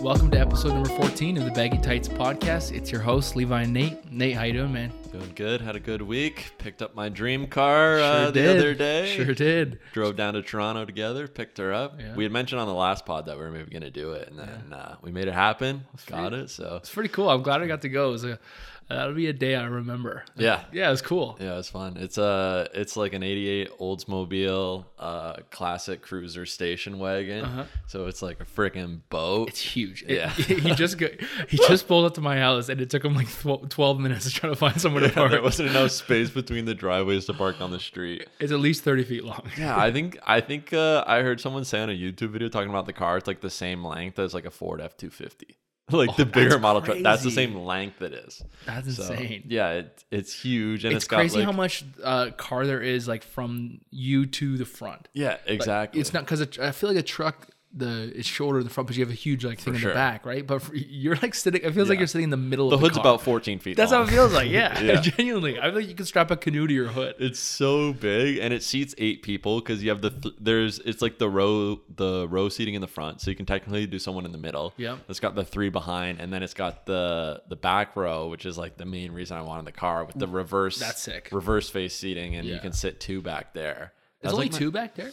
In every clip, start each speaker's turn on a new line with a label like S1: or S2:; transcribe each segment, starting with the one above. S1: Welcome to episode number 14 of the Baggy Tights podcast. It's your host, Levi and Nate. Nate, how you doing, man?
S2: Doing good. Had a good week. Picked up my dream car uh, the other day.
S1: Sure did.
S2: Drove down to Toronto together. Picked her up.
S1: Yeah.
S2: We had mentioned on the last pod that we were maybe gonna do it, and then uh, we made it happen. Got it. So
S1: It's pretty cool. I'm glad I got to go. It was a, that'll be a day I remember.
S2: yeah,
S1: Yeah, it was cool.
S2: yeah, it's fun. It's uh it's like an '88 Oldsmobile uh, classic cruiser station wagon. So it's like a freaking boat.
S1: Uh-huh. It's huge. It-
S2: Yeah.
S1: he just go, he just pulled up to my house, and it took him like tw- 12 minutes to try to find somewhere to park.
S2: there wasn't enough space between the driveways to park on the street.
S1: It's at least 30 feet long.
S2: Yeah, I think I think uh, I heard someone say on a YouTube video talking about the car. It's like the same length as like a Ford F two fifty, like the bigger
S1: Oh, that's
S2: model truck. That's the
S1: crazy.
S2: same length it is.
S1: That's
S2: So,
S1: insane.
S2: yeah, it, it's huge and
S1: It's
S2: it's got,
S1: crazy
S2: like-
S1: how much uh, car there is, like from you to the front.
S2: Yeah, exactly.
S1: It's not because I feel like a truck, the it's shorter in the front, but you have a huge like thing in
S2: sure.
S1: the back, right? But for, you're like sitting. It feels like
S2: Yeah.
S1: you're sitting in the middle.
S2: the
S1: of
S2: hood's
S1: the car.
S2: about fourteen feet.
S1: That's how
S2: long.
S1: it feels like. Yeah,
S2: Yeah.
S1: genuinely. I feel like you could strap a canoe to your hood.
S2: It's so big and it seats eight people because you have the th- there's it's like the row the row seating in the front, so you can technically do someone in the middle.
S1: Yeah.
S2: it's got the three behind, and then it's got the the back row, which is like the main reason I wanted the car with the reverse.
S1: That's sick.
S2: Reverse face seating, and
S1: Yeah.
S2: you can sit two back there.
S1: There's
S2: That's
S1: only
S2: like my-
S1: two back there.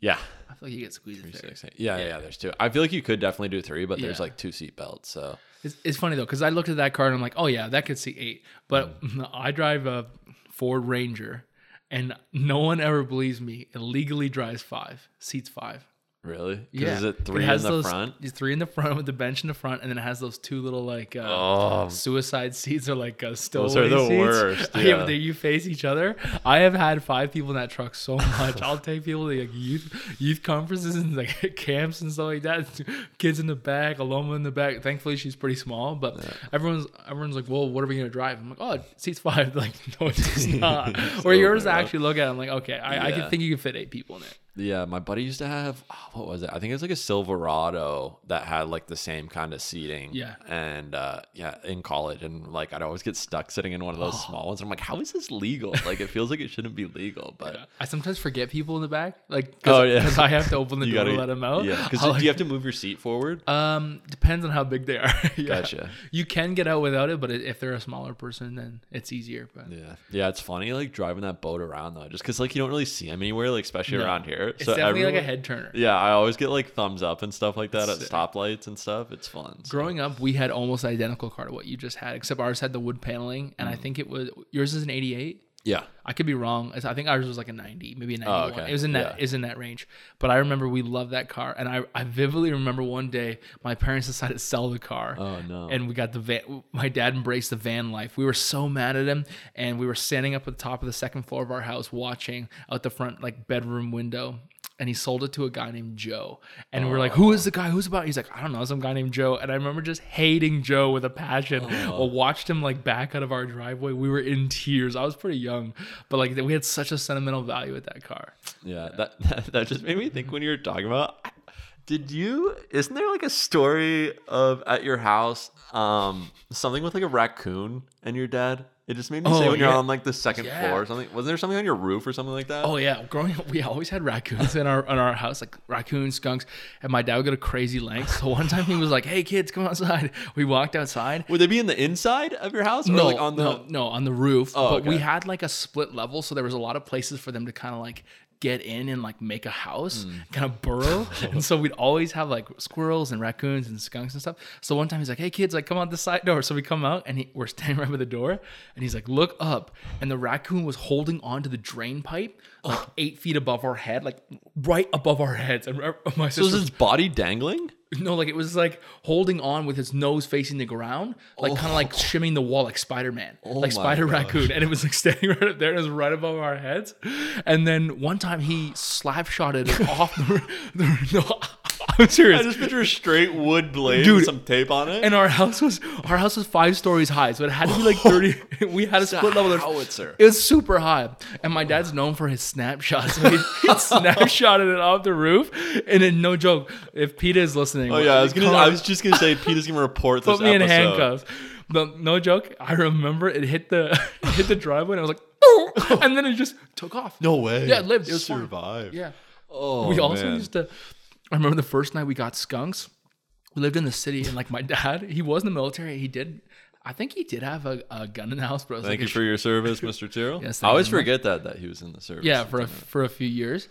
S2: Yeah.
S1: I feel like you get squeezed in there.
S2: Six, eight. Yeah, yeah, yeah, there's two. I feel like you could definitely do three, but there's
S1: Yeah.
S2: like two seat belts. So
S1: It's, it's funny though, because I looked at that car and I'm like, oh yeah, that could see eight. But I drive a Ford Ranger, and no one ever believes me. It legally drives five seats five.
S2: really, 'Cause is it three in
S1: has
S2: the
S1: those,
S2: front?
S1: It's three in the front with the bench in the front, and then it has those two little like uh,
S2: Oh.
S1: suicide seats or like uh, still
S2: Those are the
S1: seats.
S2: worst,
S1: but
S2: yeah.
S1: they- you face each other. I have had five people in that truck so much. I'll take people to like youth youth conferences and like camps and stuff like that. Kids in the back, Aloma in the back. Thankfully, she's pretty small, but everyone's everyone's like, "Well, what are we gonna drive?" I'm like, "Oh, seats five. They're Like, no, it's not. or yours
S2: over, huh?
S1: actually look at. It, I'm like, okay, I, I
S2: Yeah.
S1: can think you can fit eight people in it.
S2: Yeah, my buddy used to have oh, what was it? I think it was like a Silverado that had like the same kind of seating.
S1: Yeah.
S2: and uh, yeah, in college, and like I'd always get stuck sitting in one of
S1: Oh.
S2: those small ones. I'm like, how is this legal? Like, it feels like it shouldn't be legal, but
S1: I sometimes forget people in the back, like because
S2: Oh, yeah.
S1: I have to open the door to let them out.
S2: Yeah, because
S1: I'll,
S2: do you have to move your seat forward?
S1: um, depends on how big they are. Yeah.
S2: Gotcha.
S1: You can get out without it, but i- if they're a smaller person, then it's easier. But
S2: yeah, yeah, it's funny like driving that boat around though, just because like you don't really see them anywhere, like especially
S1: No.
S2: around here.
S1: it's definitely like
S2: everyone-
S1: a head turner.
S2: Yeah, I always get like thumbs up and stuff like that at
S1: Sick.
S2: stoplights and stuff. It's fun. so-
S1: Growing up, we had almost identical car to what you just had, except ours had the wood paneling,
S2: Mm.
S1: and I think it was yours is an '88.
S2: yeah,
S1: I could be wrong. I think ours was like a 90, maybe a 91.
S2: Oh, okay.
S1: It was in that
S2: Yeah.
S1: it was in that range. But I remember we loved that car and I, I vividly remember one day my parents decided to sell the car.
S2: Oh, no.
S1: And we got the van my dad embraced the van life. We were so mad at him and we were standing up at the top of the second floor of our house watching out the front like bedroom window. And he sold it to a guy named Joe. And we we're like, who is the guy? Who's about? He's like, I don't know, some guy named Joe. And I remember just hating Joe with a passion. Well, watched him like back out of our driveway. We were in tears. I was pretty young, but like we had such a sentimental value with that car.
S2: Yeah, that, that that just made me think when you were talking about. Did you? Isn't there like a story of at your house, um, something with like a raccoon and your dad? It just made me say
S1: Oh,
S2: when you're
S1: yeah.
S2: on like the second
S1: Yeah.
S2: floor or something. Wasn't there something on your roof or something like that?
S1: Oh yeah, growing up we always had raccoons in our in our house, like raccoons, skunks, and my dad would go to crazy lengths. So one time he was like, "Hey kids, come outside." We walked outside.
S2: Would they be in the inside of your house or
S1: No,
S2: like on the? Oh,
S1: no, no, on the roof. but we
S2: okay.
S1: had like a split level, so there was a lot of places for them to kind of like get in and like make a house,
S2: Mm.
S1: kind of burrow. and so we'd always have like squirrels and raccoons and skunks and stuff. So one time he's like, "Hey kids, like come out the side door." So we come out and he, we're standing right by the door, and he's like, "Look up," and the raccoon was holding onto the drain pipe like
S2: Oh.
S1: eight feet above our head, like right above our heads. And uh, my
S2: So
S1: sister
S2: is his body dangling?
S1: no, like it was like holding on with his nose facing the ground, like kind of like shimming the wall like Spider Man, like
S2: Oh. my
S1: Spider
S2: gosh.
S1: Raccoon. And it was like standing right up there and it was right above our heads. And then one time he slap shotted it off the, the. No, I'm serious
S2: I just picture a straight wood blade
S1: Dude,
S2: with some tape on it.
S1: and our house was our house was five stories high, so it had to be like thirty. we had a
S2: a
S1: split level. There's-
S2: howitzer.
S1: It was super high, and my dad's known for his snapshots. So he, he snapshotted it off the roof, and then no joke. If Peta is listening,
S2: oh yeah, I was gonna. I was just gonna say Peter's gonna report this
S1: put me in
S2: episode.
S1: handcuffs. No, no joke. I remember it hit the it hit the driveway, and I was like, and then it just took off.
S2: No way.
S1: Yeah, it lived. It was fine.
S2: survived.
S1: yeah.
S2: Oh,
S1: we also
S2: man.
S1: used to. I remember the first night we got skunks. we lived in the city and like my dad he was in the military he did i think he did have a, a gun in the house but it was
S2: Thank
S1: like
S2: you
S1: a
S2: for your service, Mr. Tyrrell.
S1: Yes,
S2: I
S1: thank
S2: always
S1: you very
S2: forget that that he was in the service.
S1: yeah for a, for a few years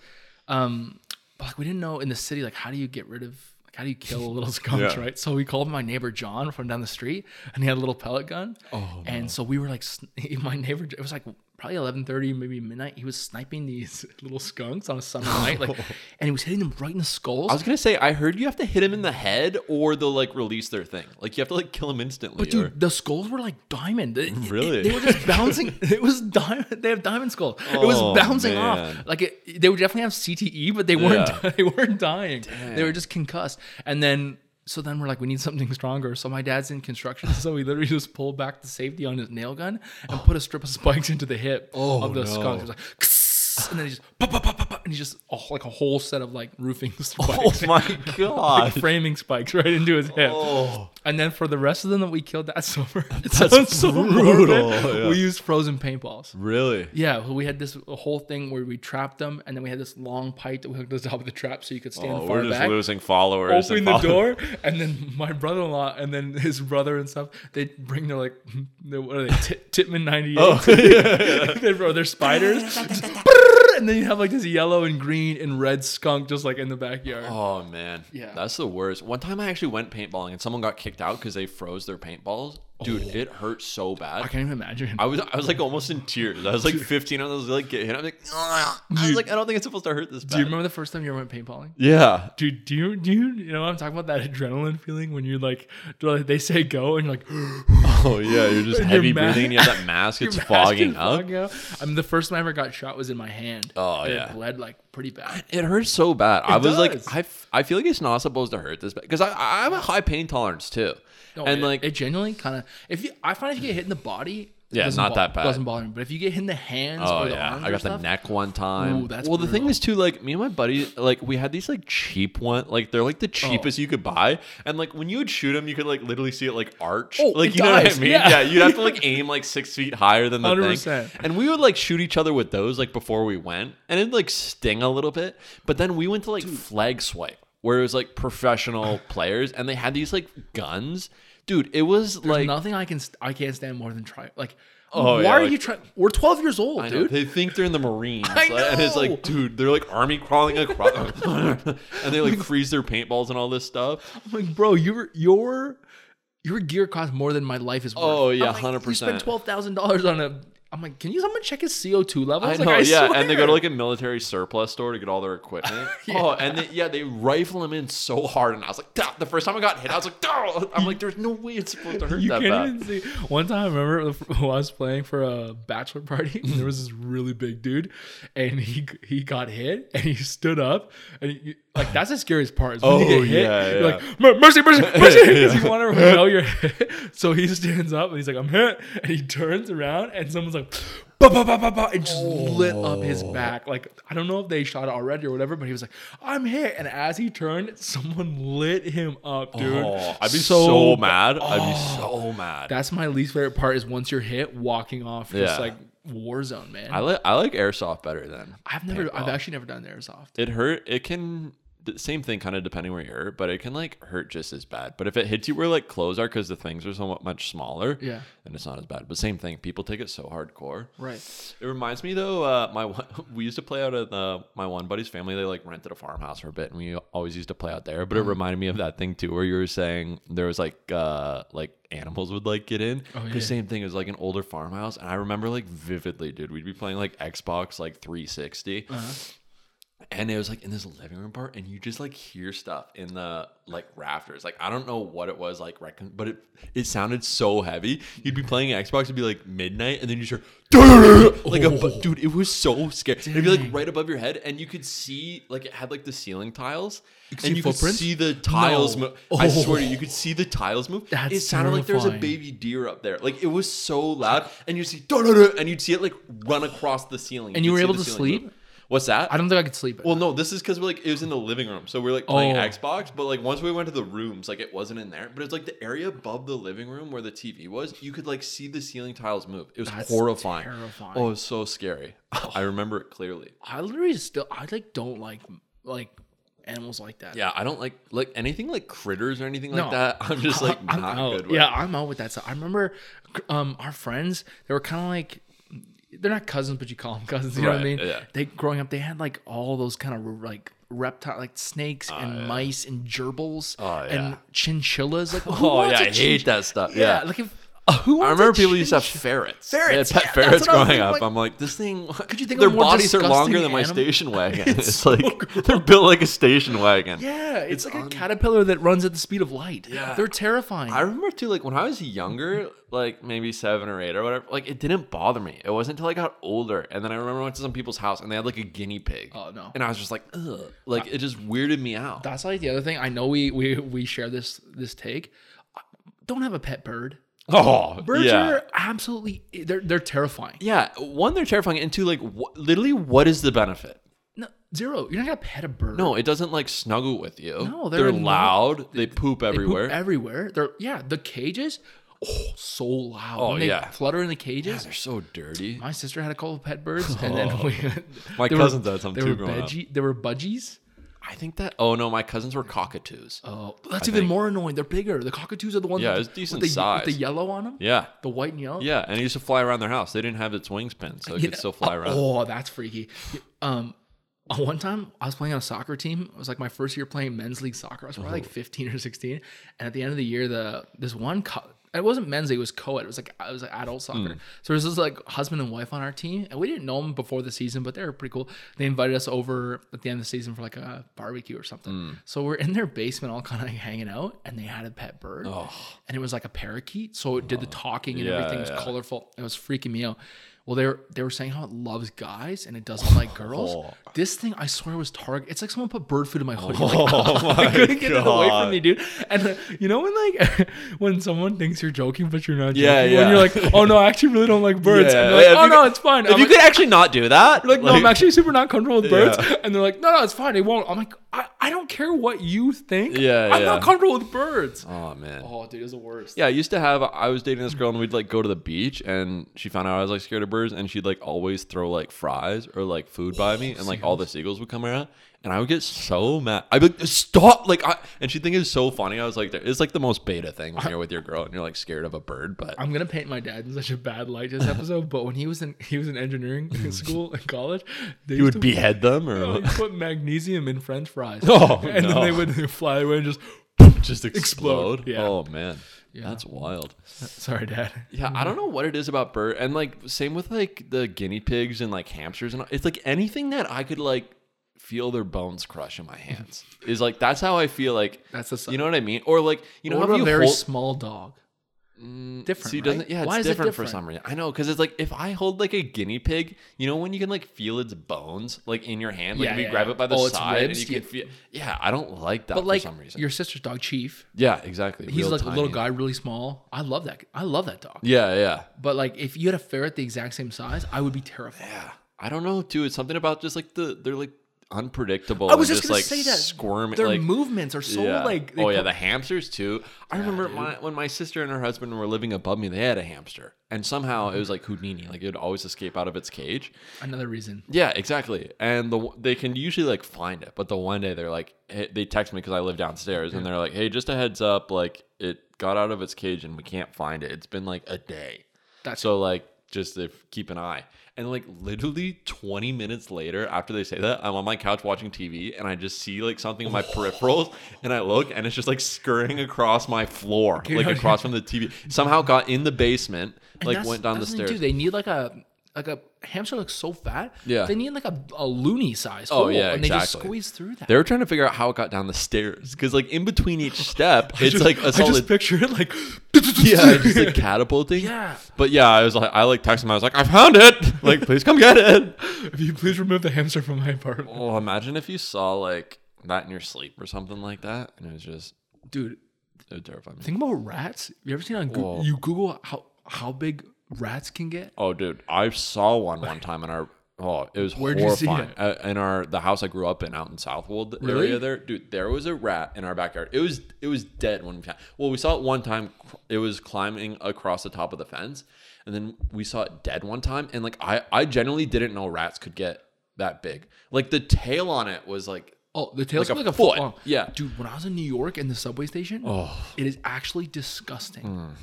S1: um but like we didn't know in the city like how do you get rid of like how do you kill a little skunks
S2: Yeah.
S1: right so we called my neighbor john from down the street and he had a little pellet gun
S2: Oh,
S1: and so we were like sn- my neighbor it was like probably 11.30 maybe midnight he was sniping these little skunks on a summer night like and he was hitting them right in the skulls
S2: I was gonna say I heard you have to hit him in the head or they'll like release their thing. Like you have to like kill him instantly.
S1: But
S2: or-
S1: dude, the skulls were like diamond. It- it-
S2: Really?
S1: they were just bouncing. it was diamond. They have diamond skulls. it was
S2: Oh,
S1: bouncing
S2: man.
S1: off. Like it, they would definitely have CTE, but they weren't.
S2: Yeah.
S1: They weren't dying. They were just concussed. And then so then we're like, we need something stronger. So my dad's in construction, so he literally just pulled back the safety on his nail gun and put a strip of spikes into the hip of the
S2: Oh, no.
S1: skunks. He was like. "Kss," And then he just pop, pop, pop, pop, pop, and he just oh, like a whole set of like roofing
S2: oh
S1: spikes,
S2: my god.
S1: framing spikes right into his hip.
S2: Oh.
S1: And then for the rest of them that we killed that summer, it
S2: That's
S1: sounds so
S2: brutal,
S1: brutal.
S2: yeah.
S1: We used frozen paintballs.
S2: Really?
S1: Yeah, well, we had this whole thing where we trapped them, and then we had this long pipe that we hooked to the top of the trap so you could stand
S2: Oh, we're
S1: far
S2: just
S1: back.
S2: losing followers.
S1: Open
S2: and
S1: the
S2: follow-
S1: door, and then my brother-in-law, and then his brother and stuff. They bring their like, their, what are they? Tit- Titman ninety eight.
S2: Oh,
S1: they throw their spiders, just brrr, and then you have like this yellow and green and red skunk just like in the backyard.
S2: Oh man,
S1: Yeah.
S2: that's the worst. One time I actually went paintballing and someone got kicked out because they froze their paintballs. Dude,
S1: Oh.
S2: it hurt so
S1: I
S2: bad.
S1: can't even imagine.
S2: I was I was like almost in tears. I was like 15. I was like get hit. I'm like, "Ugh." I was like, I don't think it's supposed to hurt this bad.
S1: Do you remember the first time you ever went paintballing?
S2: yeah,
S1: Dude, do you do you, you know what I'm talking about? That adrenaline feeling when you're like, do- they say go and you're like,
S2: Oh yeah, you're just
S1: Your
S2: heavy
S1: ma-
S2: breathing. You have that mask; it's
S1: your mask
S2: fogging
S1: is
S2: up.
S1: fogging I mean, the first time I ever got shot was in my hand.
S2: Oh,
S1: And
S2: yeah.
S1: it bled like pretty bad.
S2: It hurts so bad. I was
S1: does.
S2: like, I, f- I feel like it's not supposed to hurt this bad because I I have a high pain tolerance too,
S1: No,
S2: and
S1: Oh, it-
S2: like
S1: it genuinely kind of if you, I find if you get hit in the body, it
S2: Yeah,
S1: doesn't
S2: not
S1: bo-
S2: that bad.
S1: Doesn't bother me, but if you get hit in the hands
S2: oh
S1: or the
S2: yeah,
S1: arms,
S2: I
S1: or
S2: got the
S1: stuff,
S2: neck one time.
S1: Ooh, that's
S2: well, the thing
S1: brutal.
S2: is too, like me and my buddy, like we had these like cheap one, like they're
S1: Oh.
S2: like the cheapest you could buy, and like when you would shoot them, you could like literally see it like arch,
S1: Oh,
S2: like
S1: it
S2: you know what I
S1: dies.
S2: mean? Yeah.
S1: Yeah.
S2: you'd have to like aim like six feet higher than the thing,
S1: 100%.
S2: and we would like shoot each other with those like before we went, and it'd like sting a little bit, but then we went to like flag swipe where it was like professional players, and they had these like guns. Dude, it was like
S1: nothing I can st- I can't stand more than try. Like,
S2: Oh,
S1: why
S2: yeah,
S1: are
S2: like-
S1: you trying? We're 12 years old,
S2: I know,
S1: dude.
S2: They think they're in the Marines.
S1: I
S2: like, And it's
S1: know.
S2: like, dude, they're like army crawling across. and they like freeze their paintballs and all this stuff.
S1: I'm like, bro, your your your gear costs more than my life is worth.
S2: Oh, yeah,
S1: I'm like, You
S2: 100%.
S1: spent twelve thousand dollars on a. I'm like, can you someone check his CO two levels?
S2: I
S1: like,
S2: know, yeah. And they go to
S1: swear.
S2: like a military surplus store to get all their equipment. Oh, and they, yeah, they rifle them in so hard. And I was like, "Dah." the first time I got hit, I was like, "Dah." I'm like, there's no way it's supposed to hurt
S1: You
S2: that
S1: can't
S2: bad.
S1: even see. One time, I remember the- I was playing for a bachelor party, and there was this really big dude, and he he got hit, and he stood up, and he, like that's the scariest part. Is when you
S2: Oh,
S1: get hit,
S2: yeah,
S1: you're
S2: yeah.
S1: like "Mer- mercy, mercy, mercy, because you want everyone to know you're hit. So he stands up, and he's like, "I'm hit," and he turns around, and someone's like. Bah, bah, bah, bah, bah, and just lit up his
S2: Oh.
S1: back. Like, I don't know if they shot it already or whatever, but he was like, I'm hit. And as he turned, someone lit him up, dude.
S2: Oh, I'd be so, oh.
S1: So
S2: mad. I'd be so mad.
S1: that's my least favorite part is once you're hit, walking off
S2: Yeah.
S1: just like war zone, man.
S2: I
S1: I,
S2: like I like airsoft better than
S1: have never, I've
S2: paintball.
S1: actually never done airsoft.
S2: it hurt it can the same thing kind of depending where you hurt but it can like hurt just as bad but if it hits you where like clothes are because the things are somewhat much smaller
S1: Yeah.
S2: then it's not as bad but same thing people take it so hardcore
S1: Right.
S2: it reminds me though uh my one we used to play out at the my one buddy's family they like rented a farmhouse for a bit and we always used to play out there but
S1: Mm.
S2: it reminded me of that thing too where you were saying there was like uh like animals would like get in
S1: Oh,
S2: the
S1: yeah.
S2: same thing it was like an older farmhouse and i remember like vividly dude we'd be playing like xbox like 360
S1: Uh-huh.
S2: and it was like in this living room part and you just like hear stuff in the like rafters like i don't know what it was like recon- but it it sounded so heavy you'd be playing xbox it'd be like midnight and then you just hear like a
S1: Oh.
S2: bu- dude it was so scary it'd be like right above your head and you could see like it had like the ceiling tiles
S1: could
S2: and
S1: see
S2: you could
S1: footprints?
S2: see the tiles
S1: No.
S2: move i
S1: Oh.
S2: swear to you you could see the tiles move
S1: That's
S2: it sounded like there was a
S1: terrifying.
S2: baby deer up there like it was so loud and you see and you'd see it like run across the ceiling
S1: And you
S2: could
S1: were
S2: see
S1: able
S2: the
S1: to
S2: ceiling move.
S1: sleep?
S2: what's that
S1: I don't think I could sleep. at
S2: well,
S1: night.
S2: no, this is because we're like it was in the living room, so we're like playing
S1: Oh.
S2: Xbox. But like once we went to the rooms, like it wasn't in there. But it's like the area above the living room where the TV was, you could like see the ceiling tiles move. It was
S1: That's
S2: horrifying.
S1: terrifying.
S2: Oh, it was so scary. I remember it clearly.
S1: I literally still, I like don't like like animals like that.
S2: Yeah, I don't like like anything like critters or anything like
S1: No.
S2: that. I'm just like
S1: I'm
S2: not
S1: out.
S2: good with.
S1: Yeah, I'm out with that stuff. I remember um, our friends, they were kind of like, they're not cousins, but you call them cousins. You know what I
S2: Right,
S1: mean?
S2: yeah.
S1: They growing up, they had like all those kind of like reptile, like snakes and mice and gerbils
S2: Oh, yeah.
S1: and chinchillas. Like, who
S2: Oh
S1: wants
S2: yeah,
S1: a
S2: I hate
S1: chinch-
S2: that stuff.
S1: Yeah,
S2: Yeah.
S1: like if who
S2: I
S1: wants a
S2: remember people used to have
S1: chinch-
S2: ferrets.
S1: Ferrets,
S2: They had
S1: yeah, that's
S2: pet
S1: what
S2: ferrets
S1: I was
S2: growing up.
S1: thinking, like-
S2: I'm like, this thing. Could
S1: you think of
S2: their
S1: a more
S2: bodies are longer
S1: disgusting
S2: than my
S1: animal?
S2: station wagon?
S1: It's
S2: It's, like they're built like a station wagon.
S1: Yeah, it's, like
S2: un-
S1: a caterpillar that runs at the speed of light.
S2: Yeah.
S1: They're terrifying.
S2: I remember too, like when I was younger, like maybe seven or eight or whatever, like it didn't bother me. It wasn't until I got older, and then I remember I went to some people's house and they had like a guinea pig.
S1: Oh, no.
S2: And I was just like, ugh, like it just weirded me out.
S1: That's like the other thing. I know we we we share this this take. Don't have a pet bird.
S2: Oh,
S1: Birds
S2: yeah.
S1: are absolutely they're they're terrifying.
S2: Yeah, one they're terrifying, and two, like wh- literally, what is the benefit?
S1: No, zero. You're not gonna pet a bird.
S2: No, it doesn't like snuggle with you.
S1: No,
S2: they're,
S1: they're not-
S2: loud.
S1: They
S2: they poop
S1: poop
S2: everywhere.
S1: everywhere. They're yeah. The cages, oh, so loud.
S2: Oh,
S1: When they
S2: yeah.
S1: flutter in the cages.
S2: they're so dirty.
S1: My sister had a couple of pet birds, and then we.
S2: My
S1: they
S2: cousins had some
S1: they
S2: too
S1: Were
S2: growing up.
S1: veggie, They were budgies.
S2: I think that. Oh no, my cousins were cockatoos.
S1: Oh, that's even
S2: think-
S1: more annoying. They're bigger. The cockatoos are the ones.
S2: Yeah,
S1: with
S2: it's
S1: the-
S2: decent
S1: with the,
S2: size.
S1: With the yellow on them.
S2: yeah,
S1: The white and yellow.
S2: yeah, and it used to fly around their house. They didn't have its wingspan, so it
S1: You
S2: could
S1: know-
S2: still fly around.
S1: Oh, that's freaky. Um, uh, one time I was playing on a soccer team. It was like my first year playing men's league soccer. I was
S2: Oh.
S1: probably like 15 or 16. And at the end of the year, the this one co- it wasn't men's league, it was co-ed. It was like it was like adult soccer.
S2: Hmm.
S1: So there's this like husband and wife on our team, and we didn't know them before the season, but they were pretty cool. They invited us over at the end of the season for like a barbecue or something.
S2: Hmm.
S1: So we're in their basement, all kind of hanging out, and they had a pet bird, and it was like a parakeet. So it did the talking and
S2: Yeah,
S1: everything. It was
S2: yeah.
S1: colorful. It was freaking me out. Well, they were they were saying how it loves guys and it doesn't like girls.
S2: Oh.
S1: This thing, I swear, was target. It's like someone put bird food in my hoodie. Like, I couldn't get it away
S2: God.
S1: from me, dude. And uh, you know when like when someone thinks you're joking but you're not.
S2: Yeah,
S1: joking? When
S2: yeah.
S1: you're like, oh no, I actually really don't like birds. And they're like,
S2: yeah, if
S1: oh
S2: you
S1: no,
S2: could-
S1: it's fine.
S2: If
S1: I'm
S2: you
S1: like,
S2: could actually not do that,
S1: like, no, I'm actually super not comfortable with birds.
S2: Yeah.
S1: And they're like, no, no, it's fine. It won't. I'm like, I, I don't care what you think.
S2: Yeah,
S1: I'm
S2: yeah.
S1: not comfortable with birds.
S2: Oh man.
S1: Oh, dude, it was the worst.
S2: Yeah, I used to have. I was dating this girl, and we'd like go to the beach, and she found out I was like scared of birds, and she'd like always throw like fries or like food by me, and like all the seagulls would come around, and I would get so mad. I'd be like, "Stop!" Like, I, and she'd think it was so funny. I was like, "It's like the most beta thing when you're with your girl and you're like scared of a bird." But
S1: I'm gonna paint my dad in such a bad light this episode, but when he was in he was in engineering in school in college, they used
S2: you Mm. would
S1: to
S2: behead them or
S1: put- put magnesium in French fries.
S2: Oh,
S1: and
S2: no.
S1: then they would fly away and just
S2: just
S1: Explode,
S2: explode.
S1: yeah.
S2: Oh man, that's wild.
S1: sorry, dad.
S2: Yeah, I don't know what it is about bird, and like same with like the guinea pigs and like hamsters, and all- it's like anything that I could like feel their bones crush in my hands is like that's how I feel like
S1: That's the
S2: you know what I mean, or like you know
S1: what about
S2: how
S1: a
S2: you
S1: very
S2: hold, Oh,
S1: small dog? different.
S2: see,
S1: right?
S2: doesn't yeah, it's
S1: Why is it
S2: different, for
S1: different?
S2: some reason. I know because it's like if I hold like a guinea pig, you know when you can like feel its bones like in your hand, like
S1: Yeah,
S2: if you
S1: yeah,
S2: grab
S1: yeah.
S2: it by the
S1: Oh, its
S2: side, and
S1: ribs,
S2: you can
S1: yeah.
S2: feel. Yeah, I don't like that
S1: But
S2: for
S1: like
S2: some reason.
S1: your sister's dog Chief,
S2: Yeah, exactly.
S1: he's
S2: real
S1: like a little
S2: tiny.
S1: guy, really small. I love that. I love that dog.
S2: Yeah, yeah.
S1: But like if you had a ferret the exact same size, I would be terrified.
S2: Yeah, I don't know too. It's something about just like the they're like unpredictable.
S1: I was
S2: Oh, and
S1: just, gonna
S2: like
S1: say that
S2: squirm.
S1: Their
S2: like,
S1: movements are so
S2: yeah.
S1: like they
S2: oh yeah,
S1: put-
S2: the hamsters too. I remember my, when my sister and her husband were living above me, they had a hamster, and somehow it was like Houdini, like it would always escape out of its cage.
S1: another reason.
S2: Yeah, exactly. And the they can usually like find it, but the one day they're like hey, they text me because I live downstairs, and they're like, "Hey, just a heads up, like it got out of its cage and we can't find it. It's been like a day."
S1: That's-
S2: so like just if, keep an eye. And like literally 20 minutes later, after they say that, I'm on my couch watching TV and I just see like something in my
S1: Oh.
S2: peripherals and I look and it's just like scurrying across my floor, like
S1: no,
S2: across from the TV. Somehow got in the basement,
S1: And
S2: like
S1: that's-
S2: went down the
S1: that's thing,
S2: stairs.
S1: Too. They need like a like a hamster looks so fat.
S2: Yeah.
S1: They need like a, a loony size.
S2: Oh,
S1: hole,
S2: yeah,
S1: and they just
S2: exactly.
S1: squeeze through that.
S2: They were trying to figure out how it got down the stairs because, like, in between each step, it's like a
S1: I just
S2: solid.
S1: picture it like
S2: Yeah, just like catapulting.
S1: Yeah.
S2: But yeah, I was like, I like texted him. I was like, I found it. Like, please come get it.
S1: if you please remove the hamster from my apartment.
S2: Well, imagine if you saw like that in your sleep or something like that, and it was just
S1: Dude,
S2: it would terrify me.
S1: think about rats. You ever seen on Google
S2: Whoa.
S1: you Google how how big rats can get?
S2: Oh, dude, I saw one one time in our. Oh, it was
S1: Where'd you see
S2: horrifying. Uh, in our the house I grew up in, out in Southwold
S1: Really?
S2: area, there, dude, there was a rat in our backyard. It was it was dead when we found. Well, we saw it one time. cr- It was climbing across the top of the fence, and then we saw it dead one time. And like I, I generally didn't know rats could get that big. Like the tail on it was like
S1: Oh, the tail's
S2: Like
S1: like
S2: a
S1: a, foot.
S2: foot.
S1: long.
S2: Yeah.
S1: dude. When I was in New York in the subway station,
S2: Oh.
S1: it is actually disgusting.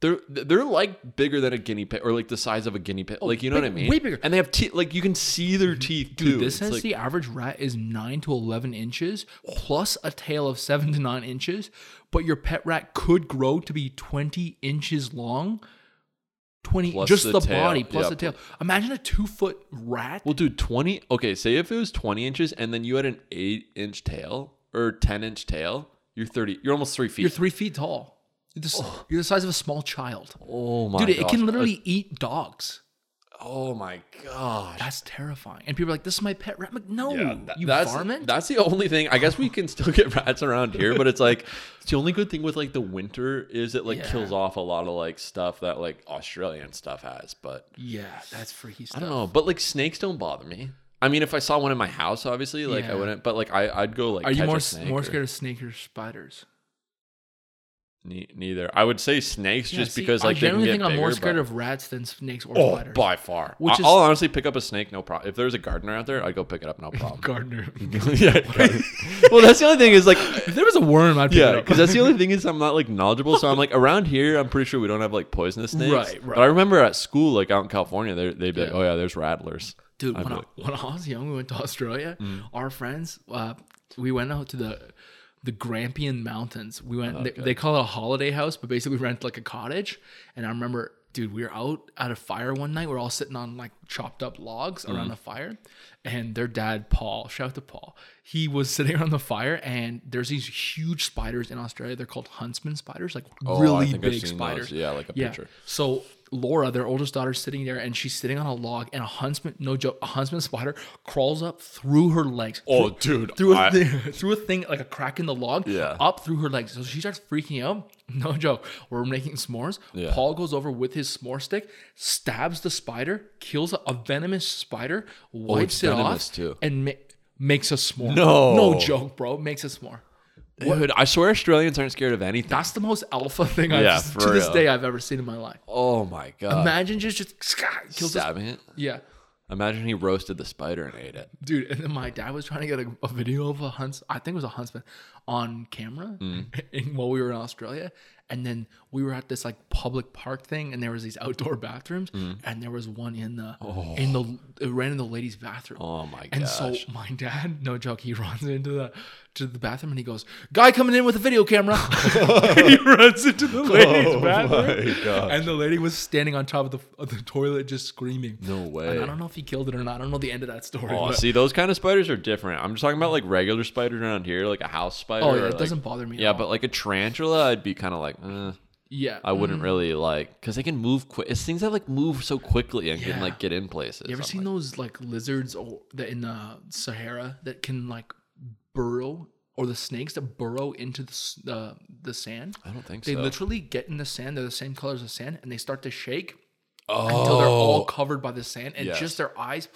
S2: They're they're like bigger than a guinea pig or like the size of a guinea pig. like you know
S1: Oh, big-
S2: what I mean?
S1: way bigger.
S2: And they have teeth. Like you can see their teeth too.
S1: Dude, this
S2: It's
S1: says
S2: like-
S1: the average rat is nine to eleven inches, plus a tail of seven to nine inches. But your pet rat could grow to be twenty inches long. Twenty,
S2: Plus
S1: just
S2: the
S1: the,
S2: tail.
S1: body plus
S2: Yeah,
S1: the tail. Imagine a two foot rat.
S2: well, dude, twenty. Okay, say if it was twenty inches, and then you had an eight-inch tail or ten-inch tail. You're thirty. You're almost three feet.
S1: you're three feet tall. You're the, s- you're the size of a small child,
S2: oh my
S1: dude. It
S2: gosh.
S1: can literally eat dogs.
S2: Oh my gosh.
S1: That's terrifying. And people are like, "This is my pet rat." I'm like, no,
S2: Yeah, tha-
S1: you
S2: that's,
S1: varmint.
S2: That's the only thing. I guess we can still get rats around here, but it's like it's the only good thing with like the winter is it like
S1: Yeah.
S2: kills off a lot of like stuff that like Australian stuff has. But
S1: yeah, that's freaky
S2: I
S1: stuff.
S2: don't know. But like snakes don't bother me. I mean, if I saw one in my house, obviously, like I
S1: Yeah.
S2: wouldn't. But like I, I'd go like.
S1: Are you
S2: catch a
S1: more s-
S2: snake
S1: more
S2: or-
S1: scared of snake or spiders?
S2: Ne- neither. I would say snakes
S1: Yeah,
S2: just
S1: see,
S2: because
S1: I
S2: like they can
S1: generally
S2: get
S1: think I'm more
S2: bigger,
S1: scared
S2: but-
S1: of rats than snakes or
S2: Oh,
S1: spiders.
S2: by far.
S1: Which
S2: I-
S1: is-
S2: I'll honestly pick up a snake, no problem. If there's a gardener out there, I'd go pick it up, no problem.
S1: Gardner.
S2: yeah. gardener. well, that's the only thing is like
S1: If there was a worm, I'd pick
S2: Yeah,
S1: it up.
S2: because that's the only thing is I'm not like knowledgeable. So I'm like around here, I'm pretty sure we don't have like poisonous snakes.
S1: Right,
S2: But I
S1: right.
S2: remember at school, like out in California, they they'd be like,
S1: Yeah.
S2: oh yeah, there's rattlers.
S1: Dude,
S2: I'd
S1: when
S2: be
S1: I,
S2: like, Mm.
S1: when I was young, we went to Australia. Our friends, uh, we went out to the the Grampian Mountains. We went. They, they call it a holiday house, but basically we rent like a cottage. And I remember, dude, we were out at a fire one night. We're all sitting on like chopped up logs
S2: Mm.
S1: around a fire, and their dad, Paul, shout out to Paul, he was sitting around the fire, and there's these huge spiders in Australia. They're called huntsman spiders, like
S2: "Oh, I
S1: really
S2: think I've
S1: big
S2: seen
S1: spiders.
S2: those." Yeah, like a
S1: Yeah.
S2: picture.
S1: So Laura, their oldest daughter's sitting there, and she's sitting on a log, and a huntsman, no joke, a huntsman spider crawls up through her legs.
S2: Oh,
S1: through,
S2: dude,
S1: through a,
S2: I-
S1: thing, through a thing like a crack in the log,
S2: Yeah.
S1: up through her legs. So she starts freaking out. No joke. We're making s'mores.
S2: Yeah.
S1: Paul goes over with his s'more stick, stabs the spider, kills a, a venomous spider, wipes it
S2: Oh, venomous
S1: off,
S2: too.
S1: and ma- makes a s'more.
S2: No.
S1: no joke, bro, makes a s'more.
S2: Dude, I swear Australians aren't scared of anything.
S1: That's the most alpha thing I've
S2: Yeah,
S1: to
S2: for
S1: this
S2: real.
S1: day I've ever seen in my life.
S2: Oh my god.
S1: Imagine just just sky, kills this.
S2: Stabbing it.
S1: Yeah.
S2: Imagine he roasted the spider and ate it.
S1: Dude, and then my dad was trying to get a, a video of a hunts. I think it was a huntsman on camera
S2: Mm.
S1: in, while we were in Australia. And then we were at this like public park thing, and there was these outdoor bathrooms,
S2: Mm.
S1: and there was one in the in the it ran in the ladies' bathroom.
S2: Oh my
S1: And
S2: gosh.
S1: so my dad, no joke, he runs into the to the bathroom and he goes, "Guy coming in with a video camera." and he runs into the ladies'
S2: Oh
S1: bathroom,
S2: my gosh.
S1: and the lady was standing on top of the of the toilet just screaming.
S2: No way.
S1: And I don't know if he killed it or not. I don't know the end of that story.
S2: Oh,
S1: but-
S2: see, those kind of spiders are different. I'm just talking about like regular spiders around here, like a house spider.
S1: oh
S2: or,
S1: yeah, it
S2: like-
S1: doesn't bother me. at
S2: Yeah,
S1: all.
S2: but like a tarantula, I'd be kind of like, eh,
S1: yeah,
S2: I wouldn't really like because they can move quick. It's things that like move so quickly and can
S1: Yeah.
S2: like get in places.
S1: You ever
S2: I'm
S1: seen
S2: like,
S1: those like lizards or that in the Sahara that can like burrow, or the snakes that burrow into the s- the, the sand?
S2: I don't think
S1: They
S2: so.
S1: literally get in the sand. They're the same color as the sand, and they start to shake until they're all covered by the sand, and
S2: Oh. Yes.
S1: just their eyes.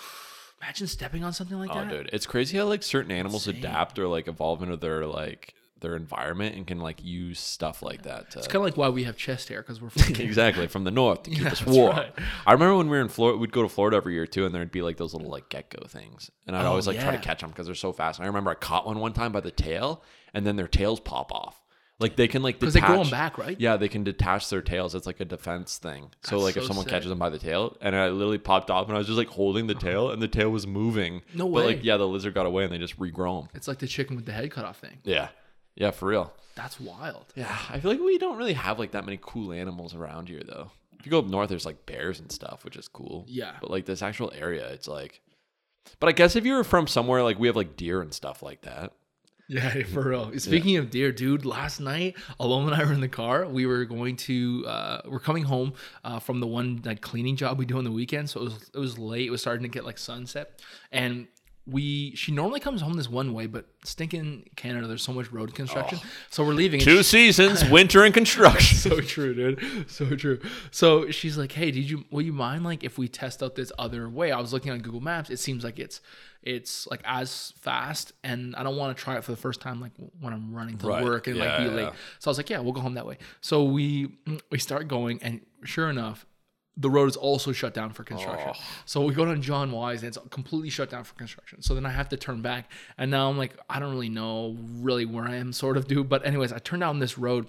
S1: Imagine stepping on something like
S2: Oh,
S1: that.
S2: dude, it's crazy how like certain animals adapt or like evolve into their like their environment and can like use stuff like that. To,
S1: It's kind of like why we have chest hair because we're fucking
S2: exactly from the north to keep
S1: Yeah,
S2: us
S1: that's
S2: warm.
S1: right.
S2: I remember when we were in Florida, we'd go to Florida every year too, and there'd be like those little like gecko things, and I'd always like try to
S1: Oh, yeah.
S2: catch them because they're so fast. And I remember I caught one one time by the tail, and then their tails pop off. Like they can like
S1: because
S2: detach.
S1: they grow them back, right?
S2: Yeah, they can detach their tails. It's like a defense thing. So
S1: That's
S2: like if
S1: so
S2: someone
S1: sick.
S2: catches them by the tail, and I literally popped off, and I was just like holding the tail, and the tail was moving.
S1: No
S2: But
S1: way.
S2: like yeah, the lizard got away, and they just regrow them.
S1: It's like the chicken with the head cut off thing.
S2: Yeah, yeah, for real.
S1: That's wild.
S2: Yeah, I feel like we don't really have like that many cool animals around here though. If you go up north, there's like bears and stuff, which is cool.
S1: Yeah.
S2: But like this actual area, it's like. But I guess if you were from somewhere like we have like deer and stuff like that.
S1: Yeah, for real. Speaking of deer, dude, last night Alom and I were in the car. We were going to, uh, we're coming home uh, from the one like cleaning job we do on the weekend. So it was it was late. It was starting to get like sunset, and we she normally comes home this one way, but stinking Canada, there's so much road construction. So we're leaving. and
S2: Two seasons, winter and construction.
S1: so true, dude. So true. So she's like, "Hey, did you will you mind like if we test out this other way?" I was looking on Google Maps. It seems like it's it's like as fast, and I don't want to try it for the first time like when I'm running to
S2: Right.
S1: work and like
S2: Yeah,
S1: be
S2: yeah,
S1: late.
S2: yeah.
S1: So I was like, "Yeah, we'll go home that way." So we we start going, and sure enough, the road is also shut down for construction. So we go down John Wise and it's completely shut down for construction. So then I have to turn back. And now I'm like, I don't really know really where I am, sort of, dude. But anyways, I turn down this road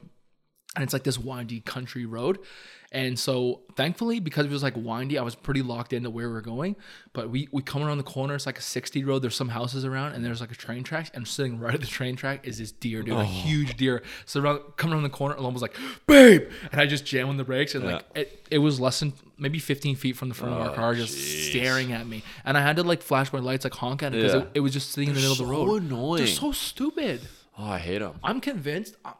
S1: and it's like this windy country road. And so thankfully, because it was like windy, I was pretty locked into where we were going. But we we come around the corner, it's like a 60 road, there's some houses around, and there's like a train track. And sitting right at the train track is this deer, dude, a huge deer. So around, come around the corner, Alon was like, babe! And I just jam on the brakes and like it, it was less than maybe 15 feet from the front of our car, just staring at me. And I had to like flash my lights, like honk at it because
S2: Yeah.
S1: it, it was just sitting in the middle of the
S2: so
S1: road.
S2: annoying.
S1: They're so stupid.
S2: Oh, I hate them.
S1: I'm convinced. I'm,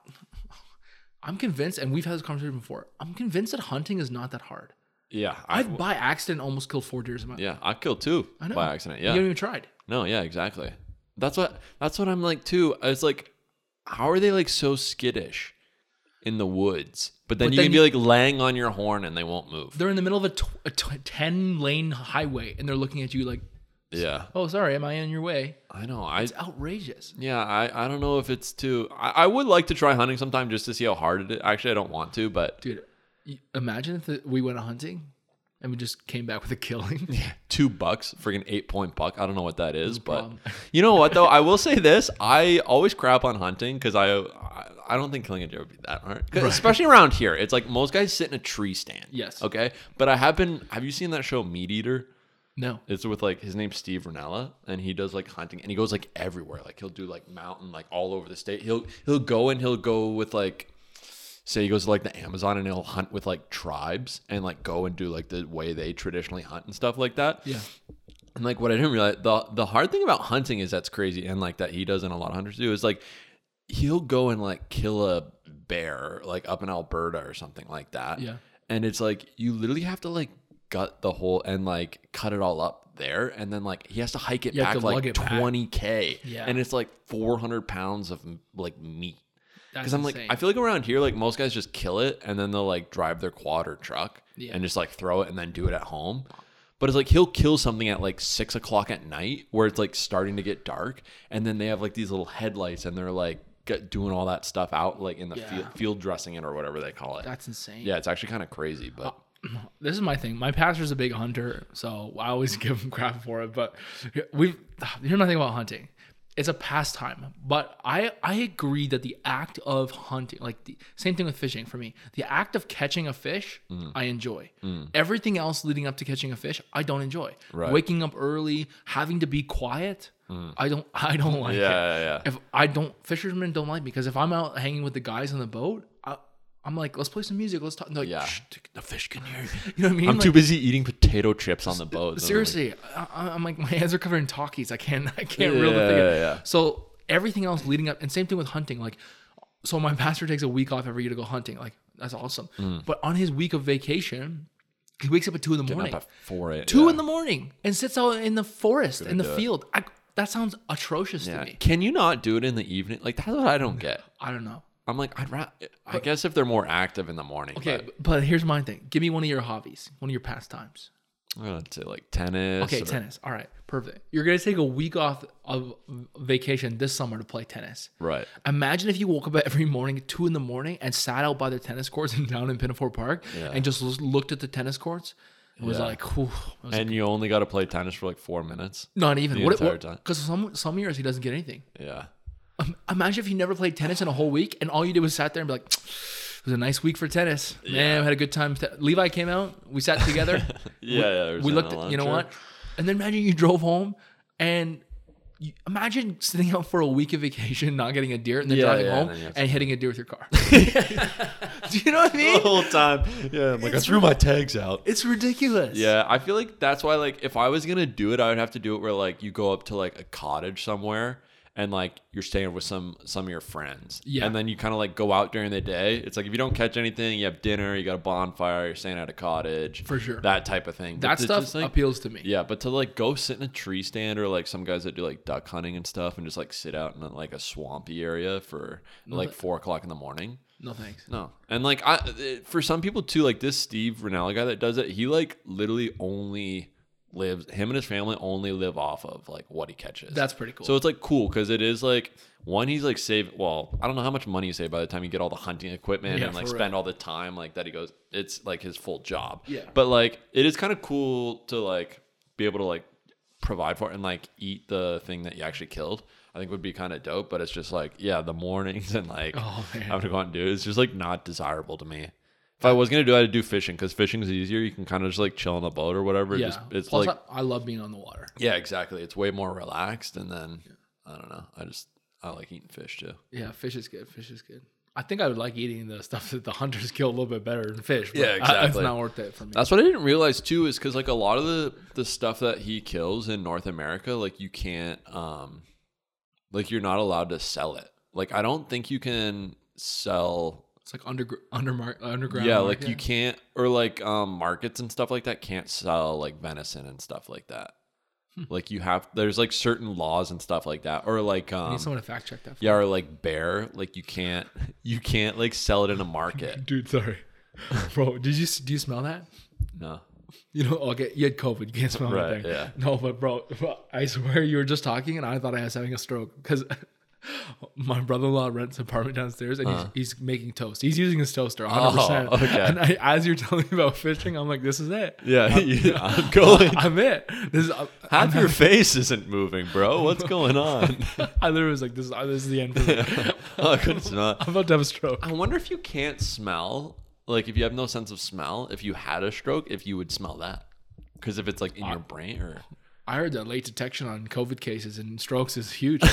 S1: I'm convinced, and we've had this conversation before. I'm convinced that hunting is not that hard.
S2: Yeah, I,
S1: I've by accident almost killed four deers in my life.
S2: yeah, I killed two
S1: I know.
S2: by accident. Yeah,
S1: You haven't even tried.
S2: no, yeah, exactly. That's what that's what I'm like too. It's like, how are they like so skittish in the woods? But then
S1: But
S2: you
S1: then
S2: can
S1: you-
S2: be like laying on your horn and they won't move.
S1: They're in the middle of a, tw- a t- 10 lane highway and they're looking at you like,
S2: Yeah,
S1: oh, sorry, am I in your way?
S2: I know. I
S1: It's outrageous.
S2: yeah, I, I don't know if it's too. I, I would like to try hunting sometime just to see how hard it is. Actually, I don't want to, but
S1: Dude, y- imagine if the, we went hunting and we just came back with a killing. Yeah.
S2: two bucks, freaking eight point buck. I don't know what that is, but
S1: problem.
S2: you know what though? I will say this: I always crap on hunting because I, I I don't think killing a deer would be that hard, 'Cause especially around here. It's like most guys sit in a tree stand.
S1: Yes.
S2: Okay. But I have been. Have you seen that show Meat Eater?
S1: No.
S2: It's with like his name's Steve Ranella, and he does like hunting, and he goes like everywhere. Like he'll do like mountain, like all over the state. He'll he'll go and he'll go with like, say he goes to like the Amazon, and he'll hunt with like tribes, and like go and do like the way they traditionally hunt and stuff like that.
S1: Yeah.
S2: And like what I didn't realize, the the hard thing about hunting is that's crazy, and like that he does, and a lot of hunters do is like he'll go and like kill a bear like up in Alberta or something like that.
S1: Yeah.
S2: And it's like you literally have to like gut the whole and like cut it all up there, and then like he has to hike it
S1: You have
S2: back
S1: to lug
S2: like
S1: it back.
S2: twenty k.
S1: Yeah.
S2: And it's like four hundred pounds of like meat.
S1: That's
S2: Because I'm
S1: insane.
S2: like, I feel like around here, like most guys just kill it and then they'll like drive their quad or truck
S1: Yeah.
S2: and just like throw it and then do it at home. But it's like he'll kill something at like six o'clock at night where it's like starting to get dark, and then they have like these little headlights and they're like get, doing all that stuff out like in the
S1: Yeah.
S2: field, field dressing it or whatever they call it.
S1: That's Oh, insane.
S2: yeah, it's actually kind of crazy, but
S1: this is my thing. My pastor's a big hunter, so I always give him crap for it. But we've here's my thing about hunting. It's a pastime, but I I agree that the act of hunting, like the same thing with fishing for me, the act of catching a fish,
S2: Mm.
S1: I enjoy. Everything else leading up to catching a fish, I don't enjoy.
S2: Right. Mm.
S1: Waking up early, having to be quiet, I don't I don't like it
S2: yeah, yeah, yeah.
S1: if I don't fishermen don't like me because if I'm out hanging with the guys on the boat, I, I'm like, let's play some music, let's talk. And they're like,
S2: Yeah.
S1: Shh, the fish can hear you. You know what I mean?
S2: I'm
S1: Like,
S2: too busy eating potato chips on the boat.
S1: seriously, I, I- I'm like, my hands are covered in talkies. I can't, I can't reel the thing.
S2: Yeah,
S1: in.
S2: yeah.
S1: So everything else leading up, and same thing with hunting. Like, so my pastor takes a week off every year to go hunting. Like, that's awesome. But on his week of vacation, he wakes up at two in the
S2: Mm. Up
S1: morning
S2: at four a.m.
S1: two
S2: yeah.
S1: in the morning and sits out in the forest in the field. I, that sounds atrocious to
S2: Yeah.
S1: me.
S2: Can you not do it in the evening? Like that's what I don't get.
S1: I don't know.
S2: I'm like, I'd rather. I guess if they're more active in the morning.
S1: Okay,
S2: but-
S1: but, but here's my thing. Give me one of your hobbies, one of your pastimes.
S2: I'm gonna uh, say like tennis.
S1: Okay,
S2: or-
S1: tennis. All right, perfect. You're gonna take a week off of vacation this summer to play tennis.
S2: Right.
S1: Imagine if you woke up every morning at two in the morning and sat out by the tennis courts and down in Pinafore Park
S2: Yeah.
S1: and just l- looked at the tennis courts. It was
S2: Yeah.
S1: like, whew, I was
S2: And you only got to play tennis for like four minutes.
S1: not even
S2: the
S1: what,
S2: entire
S1: what,
S2: time.
S1: Because some some years he doesn't get anything.
S2: Yeah.
S1: Um, imagine if you never played tennis in a whole week and all you did was sat there and be like, it was a nice week for tennis. Man, we had a good time. Levi came out. We sat together.
S2: Yeah. yeah
S1: we looked at, you know what and then imagine you drove home and you, imagine sitting out for a week of vacation not getting a deer and then
S2: Yeah,
S1: driving
S2: yeah,
S1: home
S2: and then you have
S1: and,
S2: to- Oh.
S1: hitting a deer with your car do you know what i
S2: The
S1: mean
S2: whole time. Yeah. I'm like, I threw my tags out.
S1: it's ridiculous
S2: Yeah. I feel like that's why, like, if I was going to do it, I would have to do it where, like, you go up to, like, a cottage somewhere and, like, you're staying with some some of your friends.
S1: Yeah.
S2: And then you kind of, like, go out during the day. It's like, if you don't catch anything, you have dinner, you got a bonfire, you're staying at a cottage.
S1: For sure.
S2: That type of thing. But
S1: that
S2: to
S1: stuff
S2: just, like,
S1: appeals to me
S2: Yeah, but to like go sit in a tree stand or like some guys that do like duck hunting and stuff and just like sit out in like a swampy area for like four o'clock in the morning.
S1: no thanks
S2: No, and like I it- for some people too, like this Steve Ranella guy that does it, he like literally only lives him and his family only live off of like what he catches.
S1: That's pretty cool.
S2: So it's like cool because it is like one he's like save. Well, I don't know how much money you save by the time you get all the hunting equipment
S1: Yeah,
S2: and like
S1: for real.
S2: spend all the time like that. He goes, it's like his full job.
S1: Yeah.
S2: But like it is kind of cool to like be able to like provide for it and like eat the thing that you actually killed. I think would be kind of dope, but it's just like yeah, the mornings and like
S1: Oh, man.
S2: having to go out and do it, it's just like not desirable to me. If I was gonna do, it, I'd do fishing because fishing's easier. You can kind of just like chill on a boat or whatever. It
S1: yeah.
S2: Just, it's
S1: Plus,
S2: like
S1: I, I love being on the water.
S2: yeah, exactly. It's way more relaxed, and then I don't know. I just I like eating fish too.
S1: Yeah, fish is good. Fish is good. I think I would like eating the stuff that the hunters kill a little bit better than fish. but
S2: Yeah,
S1: I- it's
S2: exactly.
S1: not worth it for me.
S2: That's what I didn't realize too is because like a lot of the the stuff that he kills in North America, like you can't, um like you're not allowed to sell it. Like I don't think you can sell.
S1: It's like under undermar- underground.
S2: yeah, like you
S1: market.
S2: can't, or like um markets and stuff like that can't sell like venison and stuff like that.
S1: Hmm.
S2: Like you have, there's like certain laws and stuff like that, or like
S1: I
S2: um
S1: need someone to fact check that.
S2: yeah, or like bear, like you can't, you can't like sell it in a market.
S1: Dude, sorry, bro. Did you s- do you smell that?
S2: No.
S1: You know, okay, you had COVID. You can't smell
S2: Right,
S1: anything.
S2: yeah.
S1: No, but bro, bro, I swear you were just talking, and I thought I was having a stroke because my brother-in-law rents an apartment downstairs, and he's, he's making toast. He's using his toaster, 100. percent
S2: Oh, okay.
S1: And I, as you're telling me about fishing, I'm like, this is it.
S2: Yeah, yeah, I'm going.
S1: I'm it. This is. I,
S2: Half your face isn't moving, bro. What's going on?
S1: I literally was like, this is uh, this is the end. For me.
S2: oh, it's not.
S1: I'm about to have a stroke.
S2: I wonder if you can't smell, like if you have no sense of smell, if you had a stroke, if you would smell that. Because if it's like in your brain or.
S1: I heard that late detection on COVID cases and strokes is huge.
S2: oh,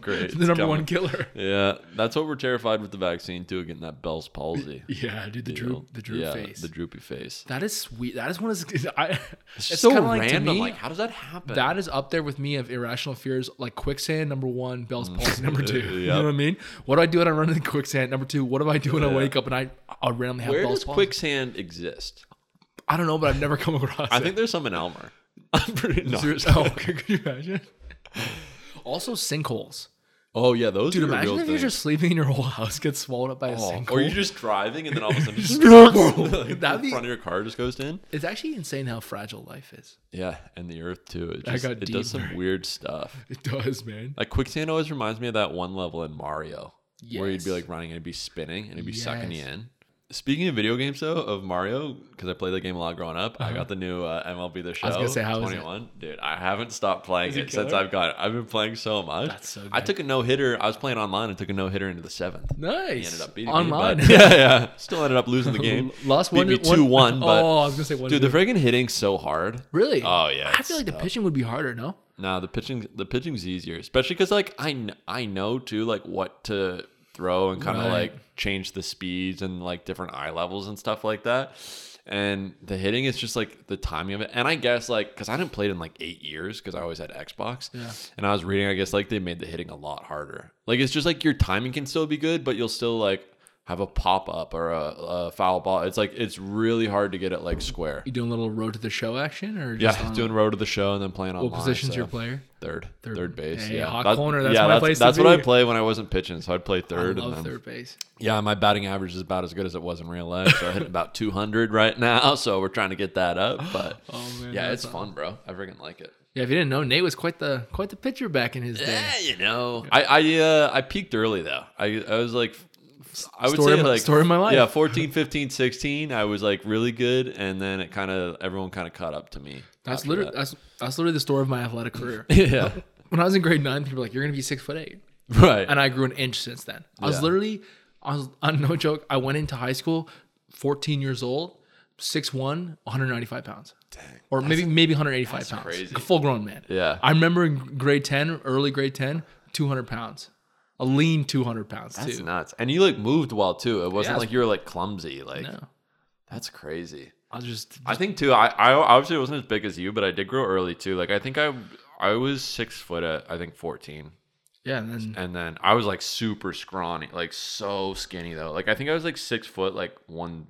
S2: great.
S1: the number
S2: It's
S1: one
S2: coming.
S1: killer.
S2: Yeah, that's what we're terrified with the vaccine too, getting that Bell's palsy.
S1: Yeah, dude, the droop, the droop
S2: yeah,
S1: face.
S2: The droopy face.
S1: that is sweet. That is one of his. I, it's
S2: It's, so
S1: kinda
S2: random.
S1: Like, to me,
S2: like, how does that happen?
S1: that is up there with me of irrational fears, like quicksand number one, Bell's palsy number two. You know
S2: Mm. Yep.
S1: what I mean? What do I do when I run into quicksand number two? What do I do when I
S2: Yeah.
S1: wake up and I, I randomly have
S2: Where
S1: Bell's
S2: does
S1: palsy?
S2: quicksand exist?
S1: I don't know, but I've never come across.
S2: I
S1: it.
S2: think there's some in Elmer. I'm pretty. No,
S1: Seriously. Oh, could you imagine? Also, sinkholes.
S2: Oh yeah, those
S1: Dude,
S2: are
S1: imagine
S2: real
S1: if you're
S2: things. Oh,
S1: just sleeping and your whole house gets swallowed up by a sinkhole.
S2: or you're just driving and then all of a sudden just
S1: That'd
S2: the
S1: be-
S2: front of your car just goes in.
S1: It's actually insane how fragile life is.
S2: Yeah, and the earth too. It,
S1: That
S2: just,
S1: got
S2: it does
S1: deeper.
S2: some weird stuff.
S1: It does, man.
S2: Like quicksand always reminds me of that one level in Mario where you'd be
S1: Yes.
S2: like running and it'd be spinning and it'd be sucking you
S1: Yes.
S2: in. Speaking of video games though, of Mario, because I played the game a lot growing up, I got the new uh, MLB The Show.
S1: Uh-huh. was gonna say, how is it?
S2: 21. Dude, I haven't stopped playing
S1: it
S2: it since
S1: killer?
S2: I've got it. I've been playing so much.
S1: That's so
S2: I
S1: good.
S2: took a no hitter. I was playing online and took a no hitter into the seventh.
S1: Nice.
S2: He ended up beating
S1: Online.
S2: me. but- yeah, yeah. Still ended up losing the game.
S1: Lost
S2: Beat
S1: one
S2: me two one. But
S1: oh, I was gonna say one.
S2: dude, the freaking hitting's so hard.
S1: really?
S2: Oh, yeah,
S1: I
S2: it's
S1: feel like the
S2: tough.
S1: pitching would be harder. No.
S2: Nah, the pitching the pitching's easier, especially because like I kn- I know too like what to throw and kind of
S1: Right.
S2: like change the speeds and like different eye levels and stuff like that. And the hitting is just like the timing of it. And I guess like because I didn't play it in like eight years because I always had Xbox.
S1: Yeah.
S2: And I was reading, I guess like they made the hitting a lot harder. Like it's just like your timing can still be good, but you'll still like have a pop up or a, a foul ball. It's like it's really hard to get it like square.
S1: You doing a little road to the show action, or just
S2: Yeah,
S1: on
S2: doing road to the show and then playing online.
S1: what positions
S2: so.
S1: your player?
S2: Third,
S1: Third.
S2: third, base.
S1: Hey,
S2: yeah,
S1: hot corner, that's
S2: yeah,
S1: my
S2: that's,
S1: place to
S2: that's what I
S1: be.
S2: play when I wasn't pitching. So I'd play third,
S1: I love
S2: and then
S1: third base.
S2: yeah, my batting average is about as good as it was in real life. So I hit about 200 right now. So we're trying to get that up, but
S1: Oh, man,
S2: yeah,
S1: that's
S2: it's fun, bro. I freaking like it.
S1: Yeah, if you didn't know, Nate was quite the quite the pitcher back in his day.
S2: Yeah, you know, I I uh, I peaked early though. I I was like. I would
S1: Story
S2: say
S1: of my-
S2: like
S1: story of my life.
S2: Yeah, 14, 15, 16, I was like really good and then it kind of everyone kind of caught up to me.
S1: That's
S2: after
S1: literally
S2: that.
S1: that's that's literally the story of my athletic career.
S2: Yeah.
S1: when I was in grade nine, people were like, "You're gonna be six foot eight.
S2: right.
S1: and I grew an inch since then. I was
S2: Yeah.
S1: literally, I was, i no joke, I went into high school 14 years old, 6'1, 195 pounds. Dang. Or maybe maybe 185 pounds.
S2: crazy.
S1: A full grown man.
S2: Yeah.
S1: I remember in grade 10, early grade 10, 200 pounds. A lean 200 pounds
S2: That's
S1: too.
S2: nuts. And you like moved well too. It wasn't
S1: Yeah.
S2: like you were like clumsy. Like
S1: No.
S2: that's crazy.
S1: I was just,
S2: I think too. I, I obviously wasn't as big as you, but I did grow early too. Like I think I I was six foot at I think fourteen,
S1: yeah. And then
S2: and then I was like super scrawny, like so skinny though. Like I think I was like six foot, like one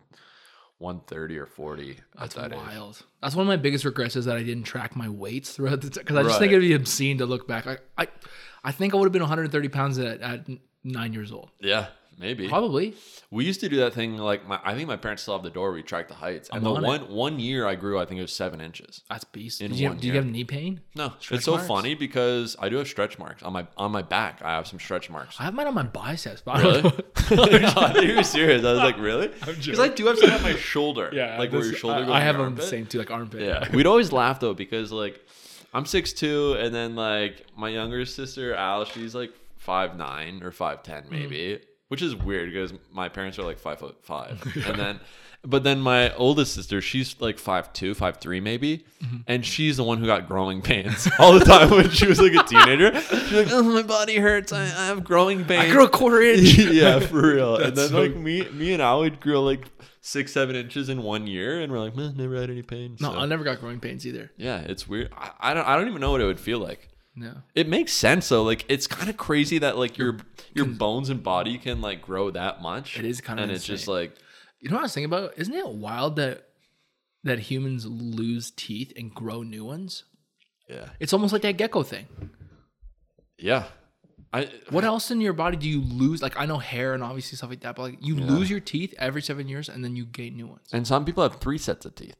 S2: one thirty or forty
S1: that's
S2: at that age.
S1: wild. That's one of my biggest regrets is that I didn't track my weights throughout the, because I just
S2: Right.
S1: think it'd be obscene to look back. Like I, I think I would have been 130 pounds at, at nine years old.
S2: Yeah, Maybe.
S1: Probably.
S2: We used to do that thing like my I think my parents still have the door where we track the heights. And
S1: I'm
S2: the
S1: on it.
S2: one one year I grew, I think it was seven inches.
S1: That's beast.
S2: In
S1: Did you,
S2: one
S1: have, did you
S2: year.
S1: have knee pain?
S2: No,
S1: Stretch
S2: it's so
S1: marks?
S2: funny because I do have stretch marks on my on my back. I have some stretch marks.
S1: I have mine on my biceps. But I
S2: Really?
S1: don't
S2: no,
S1: know.
S2: I thought you were serious. I was like, really? Because I
S1: joking.
S2: do have some on my shoulder.
S1: yeah,
S2: like where
S1: this-
S2: your shoulder
S1: I,
S2: goes.
S1: I
S2: in
S1: have
S2: your
S1: them the
S2: armpit.
S1: same too, like armpit.
S2: Yeah, we'd always laugh though because like I'm six two, and then like my younger sister Al, she's like five nine or five ten
S1: Mm-hmm.
S2: maybe, which is weird because my parents are like five foot five, and then but then my oldest sister she's like five two, five three maybe,
S1: Mm-hmm.
S2: and she's the one who got growing pains all the time when she was like a teenager. She's like, oh my body hurts, I, I have growing pains.
S1: I grew a quarter inch.
S2: yeah, for real. and then
S1: That's so-
S2: like me, me and Al would grow like six, seven inches in one year, and we're like, man, never had any pain.
S1: No,
S2: so.
S1: I never got growing pains either.
S2: Yeah, it's weird. I, I don't. I don't even know what it would feel like.
S1: No.
S2: It makes sense though. Like it's kind of crazy that like your your bones and body can like grow that much.
S1: It is kinda
S2: and it's just
S1: insane.
S2: like
S1: You know what I was thinking about? Isn't it wild that that humans lose teeth and grow new ones?
S2: yeah,
S1: It's almost like that gecko thing.
S2: yeah. I
S1: What else in your body do you lose? Like I know hair and obviously stuff like that, but like you lose your teeth every seven years and then you gain new ones.
S2: and some people have three sets of teeth.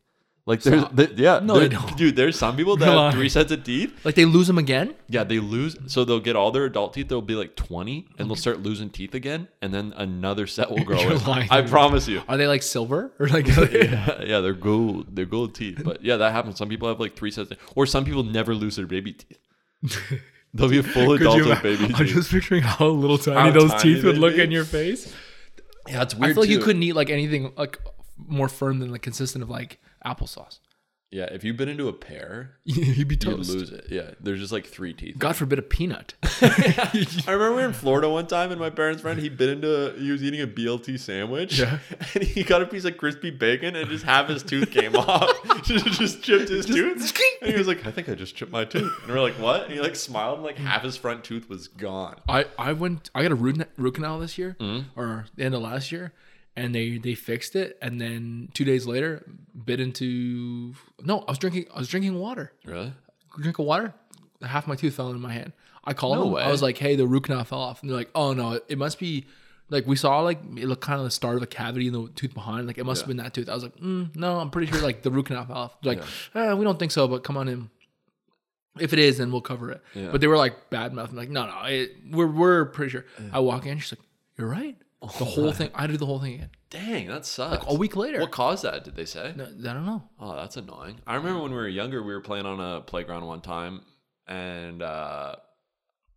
S2: Like there's th- yeah
S1: No, they
S2: there-
S1: don't.
S2: dude. There's some people that
S1: Come
S2: have
S1: on.
S2: three sets of teeth.
S1: Like they lose them again?
S2: Yeah, they lose. So they'll get all their adult teeth. They'll be like 20, and they'll start losing teeth again, and then another set will grow.
S1: You're
S2: in.
S1: lying.
S2: I promise you.
S1: Are they like silver or like?
S2: yeah, yeah, they're gold. They're gold teeth. But yeah, that happens. Some people have like three sets, of, or some people never lose their baby teeth. They'll be full adults with baby teeth.
S1: picturing how little tiny
S2: How those tiny teeth would they'd look be. in
S1: your face.
S2: yeah, it's
S1: I
S2: weird.
S1: feel like you
S2: too.
S1: couldn't eat like anything like more firm than like consistent of like applesauce.
S2: Yeah, if you bit into a pear,
S1: You'd be
S2: you'd
S1: toast.
S2: lose it. Yeah, there's just like three teeth.
S1: God forbid a peanut.
S2: I remember we were in Florida one time, and my parents' friend he bit into. He was eating a BLT sandwich,
S1: Yeah.
S2: and he got a piece of crispy bacon, and just half his tooth came off. just, just chipped his tooth, and he was like, "I think I just chipped my tooth." And we're like, "What?" And he like smiled, and like half his front tooth was gone.
S1: I, I went I got a root, root canal this year
S2: Mm-hmm.
S1: or the end of last year and they they fixed it and then two days later bit into no I was drinking I was drinking water
S2: Really?
S1: drink of water half my tooth fell in my hand I called
S2: No
S1: them
S2: way.
S1: I was like hey the root canal fell off and they're like oh no it must be like we saw like it looked kind of the start of a cavity in the tooth behind like it must have been that tooth I was like mm, no I'm pretty sure like the root canal fell off They're like eh, we don't think so but come on in if it is, then we'll cover it.
S2: Yeah.
S1: But they were like bad mouth. I'm like, no, no, it, we're we're pretty sure. I walk in, she's like, you're right.
S2: Oh
S1: The whole thing. I do the whole thing again
S2: Dang, that sucks.
S1: a week later.
S2: What caused that? Did they say?
S1: No, I don't know.
S2: Oh, that's annoying. I remember when we were younger, we were playing on a playground one time, and uh,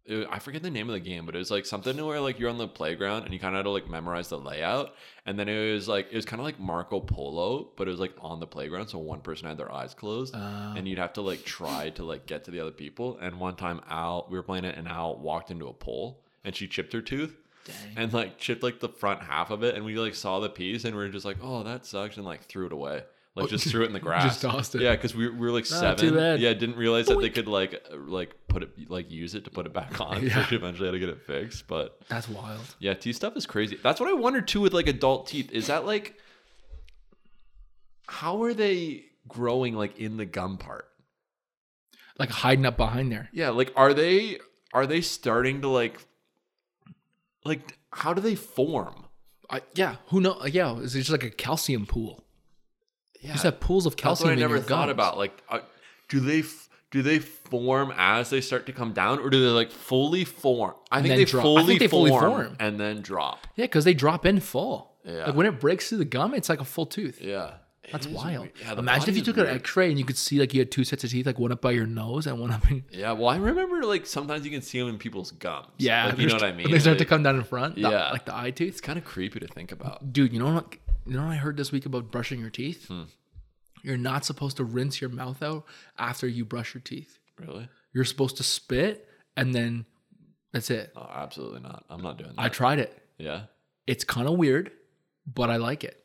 S2: it, I forget the name of the game, but it was like something to where like you're on the playground and you kind of had to like memorize the layout, and then it was like it was kind of like Marco Polo, but it was like on the playground, so one person had their eyes closed,
S1: Oh.
S2: and you'd have to like try to like get to the other people. And one time, Al, we were playing it, and Al walked into a pole, and she chipped her tooth
S1: Dang.
S2: and like chipped like the front half of it and we like saw the piece and we are just like oh that sucks and like threw it away like just threw it in the grass
S1: Oh, tossed it.
S2: yeah because we, we were like
S1: Not
S2: seven
S1: too bad.
S2: yeah didn't realize that they could like uh, like put it like use it to put it back on so
S1: Yeah.
S2: she eventually had to get it fixed but
S1: That's wild.
S2: yeah teeth stuff is crazy that's what i wonder too with like adult teeth is that like how are they growing like in the gum part
S1: Like hiding up behind there.
S2: yeah, like are they are they starting to like like how do they form?
S1: I, yeah. Who know? Yeah. It's just like a calcium pool.
S2: Yeah,
S1: You just have pools of
S2: that's what
S1: calcium.
S2: I
S1: in
S2: never
S1: your
S2: thought
S1: gums.
S2: about. Like, uh, do they f- do they form as they start to come down, or do they like fully form? I think
S1: then
S2: they
S1: drop. I
S2: fully
S1: think they
S2: form
S1: fully form.
S2: and then drop.
S1: Yeah, because they drop in full.
S2: Yeah.
S1: Like when it breaks through the gum, it's like a full tooth.
S2: Yeah,
S1: That's
S2: It is
S1: wild.
S2: weird. Yeah, the
S1: Imagine if
S2: body
S1: you
S2: is
S1: took an
S2: weird.
S1: X-ray and you could see like you had two sets of teeth, like one up by your nose and one up in.
S2: Yeah, well, I remember like sometimes you can see them in people's gums.
S1: Yeah,
S2: like, you know what I mean.
S1: They start to
S2: Like,
S1: come down in front. the-
S2: Yeah.
S1: like the eye tooth.
S2: It's kind of creepy to think about.
S1: dude, you know what? You know what I heard this week about brushing your teeth?
S2: Hmm.
S1: You're not supposed to rinse your mouth out after you brush your teeth.
S2: Really?
S1: You're supposed to spit and then that's it.
S2: Oh, absolutely not. I'm not doing that.
S1: I tried it.
S2: yeah,
S1: It's kind of weird, but I like it.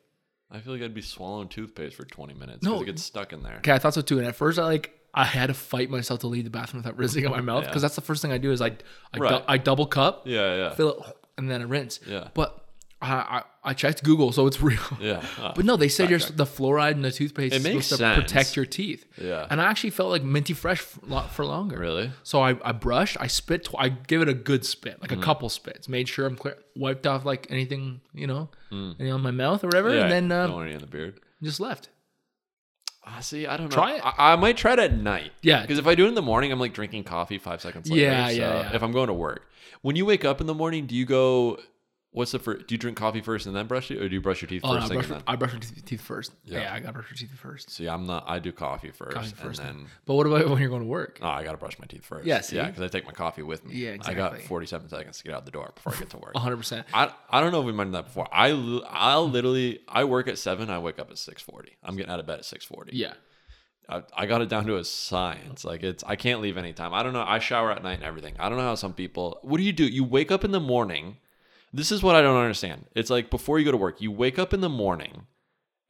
S2: I feel like I'd be swallowing toothpaste for 20 minutes
S1: No.
S2: because it gets stuck in there.
S1: Okay, I thought so too. And at first, I like I had to fight myself to leave the bathroom without rinsing out my mouth because
S2: Yeah.
S1: that's the first thing I do is I I, dou-
S2: Right.
S1: I double cup,
S2: Yeah, yeah.
S1: fill it, and then I rinse.
S2: Yeah.
S1: But I, I, I checked Google, so it's real.
S2: Yeah. uh,
S1: But no, they said your, the fluoride in the toothpaste
S2: It
S1: is
S2: makes
S1: supposed to
S2: sense.
S1: protect your teeth.
S2: Yeah.
S1: And I actually felt like minty fresh for, lo- for longer.
S2: Really?
S1: So I, I brushed, I spit, tw- I give it a good spit, like
S2: Mm-hmm.
S1: a couple spits, made sure I'm clear, wiped off like anything, you know, anything on my mouth or whatever,
S2: Mm. Yeah,
S1: and then uh,
S2: don't want any on the beard.
S1: just left.
S2: Ah, see, I don't know.
S1: Try it.
S2: I, I might try it at night.
S1: Yeah.
S2: Because if I do it in the morning, I'm like drinking coffee five seconds later.
S1: Yeah,
S2: so
S1: yeah, yeah.
S2: If I'm going to work, when you wake up in the morning, do you go? What's the first? Do you drink coffee first and then brush it, or do you brush your teeth
S1: Oh, no,
S2: first
S1: I
S2: thing
S1: brushed,
S2: and then?
S1: I brushed my teeth- teeth first.
S2: Yeah.
S1: Yeah, I got to brush my teeth first.
S2: See, I'm not. I do coffee first,
S1: Coffee first,
S2: and then
S1: But what about when you're going to work?
S2: oh, I gotta brush my teeth first.
S1: Yeah,
S2: yeah,
S1: see?
S2: because I take my coffee with me.
S1: Yeah,
S2: I got
S1: exactly. Oh,
S2: 47 seconds to get out the door before I get to work.
S1: 100%.
S2: I, I don't know if we mentioned that before. I li- I'll literally I work at seven. I wake up at six forty. I'm getting out of bed at six forty.
S1: Yeah.
S2: I, I got it down to a science. Like it's I can't leave anytime. I don't know. I shower at night and everything. I don't know how some people. What do you do? You wake up in the morning. This is what I don't understand. It's like before you go to work, you wake up in the morning,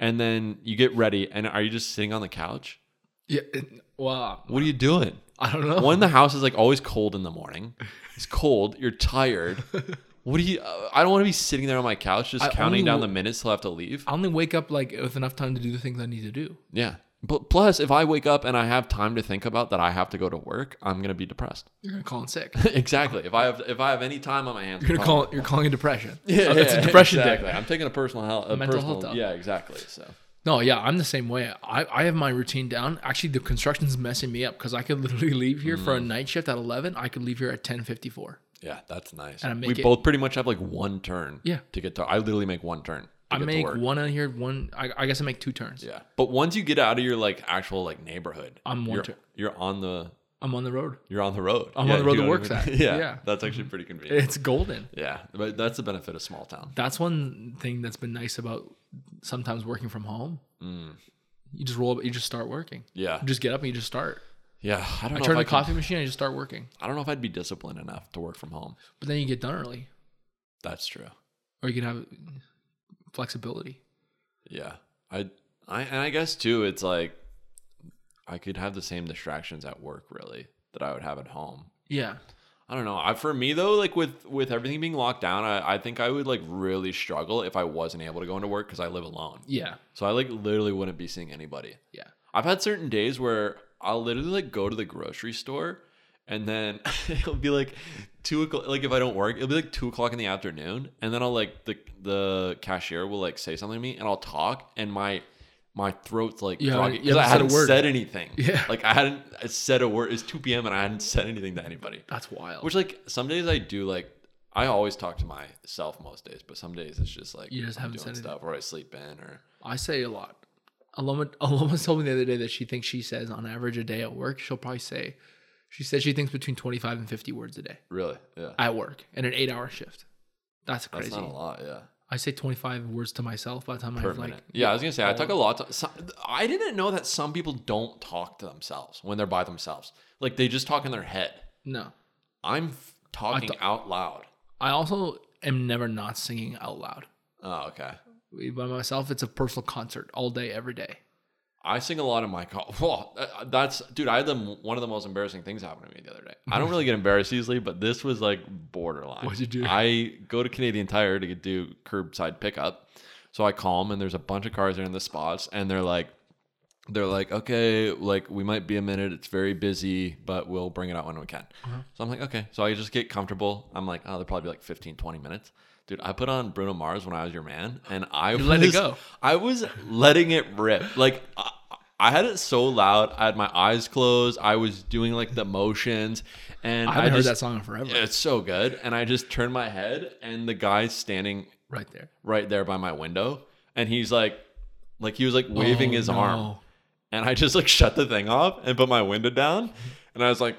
S2: and then you get ready. And are you just sitting on the couch?
S1: Yeah. it- Wow.
S2: What are you doing?
S1: I don't know.
S2: One, the house is like always cold in the morning. It's cold. You're tired. What do you? uh, I don't want to be sitting there on my couch just
S1: I
S2: counting
S1: only
S2: down the
S1: w-
S2: minutes till I have to leave.
S1: I only wake up like with enough time to do the things I need to do.
S2: Yeah. But plus, if I wake up and I have time to think about that I have to go to work, I'm gonna be depressed.
S1: You're going to call in sick.
S2: exactly. If I have if I have any time on my hands,
S1: You're
S2: I'm
S1: gonna call you're calling it depression.
S2: Yeah,
S1: Oh, that's
S2: yeah,
S1: a depression day.
S2: Exactly. I'm taking a personal health, a
S1: Mental
S2: personal,
S1: health up.
S2: Yeah, exactly. So
S1: No, yeah, I'm the same way. I, I have my routine down. Actually, the construction's messing me up because I could literally leave here for a
S2: Mm.
S1: night shift at 11. I could leave here at 10:54.
S2: yeah, that's nice.
S1: And I
S2: we
S1: make it-
S2: both pretty much have like one turn.
S1: Yeah.
S2: To get to, I literally make one turn. To
S1: I
S2: get to
S1: make
S2: work.
S1: one out here, one. I, I guess I make two turns.
S2: Yeah, but once you get out of your like actual like neighborhood,
S1: I'm one
S2: you're,
S1: turn.
S2: you're on the
S1: I'm on the road.
S2: you're on the road.
S1: I'm on the road
S2: you
S1: to
S2: don't
S1: work
S2: even-
S1: that.
S2: Yeah,
S1: Yeah.
S2: that's actually pretty convenient.
S1: It's golden.
S2: yeah, but that's the benefit of small town.
S1: That's one thing that's been nice about sometimes working from home.
S2: Mm.
S1: You just roll up. You just start working.
S2: Yeah,
S1: You just get up and you just start.
S2: yeah. I don't
S1: I turn
S2: know. if
S1: the
S2: I, could,
S1: coffee machine. I just start working.
S2: I don't know if I'd be disciplined enough to work from home.
S1: But then you get done early,
S2: That's true.
S1: or you can have flexibility.
S2: Yeah, I, I, and I guess too, it's like I could have the same distractions at work really that I would have at home.
S1: Yeah.
S2: I don't know. I, for me though, like with with everything being locked down, I, I think I would like really struggle if I wasn't able to go into work because I live alone.
S1: Yeah.
S2: So I like literally wouldn't be seeing anybody.
S1: Yeah.
S2: I've had certain days where I'll literally like go to the grocery store and then it'll be like two o'clock like if I don't work, it'll be like two o'clock in the afternoon. And then I'll like the the cashier will like say something to me and I'll talk and my my throat's like
S1: You haven't-
S2: groggy
S1: you
S2: because I
S1: haven't said a
S2: hadn't
S1: word.
S2: said anything.
S1: Yeah.
S2: Like I hadn't said a word. It's two PM and I hadn't said anything to anybody.
S1: That's wild.
S2: Which like some days I do like I always talk to myself most days, but some days it's just like
S1: You just
S2: I'm
S1: haven't
S2: doing
S1: said anything.
S2: stuff or I sleep in or
S1: I say a lot. Aloma, Aloma told me the other day that she thinks she says on average a day at work, she'll probably say, she says she thinks between 25 and 50 words a day
S2: really. Yeah.
S1: at work in an eight hour shift. That's
S2: That's
S1: crazy.
S2: not a lot, yeah.
S1: I say 25 words to myself by the time
S2: per
S1: I've like,
S2: minute. Yeah, I was gonna say I talk a lot. To, some, I didn't know that some people don't talk to themselves when they're by themselves. Like they just talk in their head.
S1: no.
S2: I'm f- talking out loud.
S1: I also am never not singing out loud.
S2: Oh, okay.
S1: By myself, it's a personal concert all day, every day.
S2: I sing a lot in my car. Whoa, that- uh, that's dude. I had the, one of the most embarrassing things happen to me the other day. I don't really get embarrassed easily, but this was like borderline.
S1: What'd you do?
S2: I go to Canadian Tire to do curbside pickup. So I call them, and there's a bunch of cars there in the spots, and they're like, they're like, okay, like we might be a minute. It's very busy, but we'll bring it out when we can.
S1: Uh-huh.
S2: So I'm like, okay. So I just get comfortable. I'm like, oh, they'll probably be like 15, 20 minutes. Dude, I put on Bruno Mars when I was your man, and I was,
S1: let it go.
S2: I was letting it rip. Like I, I had it so loud. I had my eyes closed. I was doing like the motions, and
S1: I
S2: I,
S1: haven't heard
S2: just,
S1: that song in forever.
S2: It's so good. And I just turned my head, and the guy standing
S1: Right there.
S2: right there by my window and he's like like he was like waving
S1: Oh,
S2: his
S1: no.
S2: arm and i just like shut the thing off and put my window down and i was like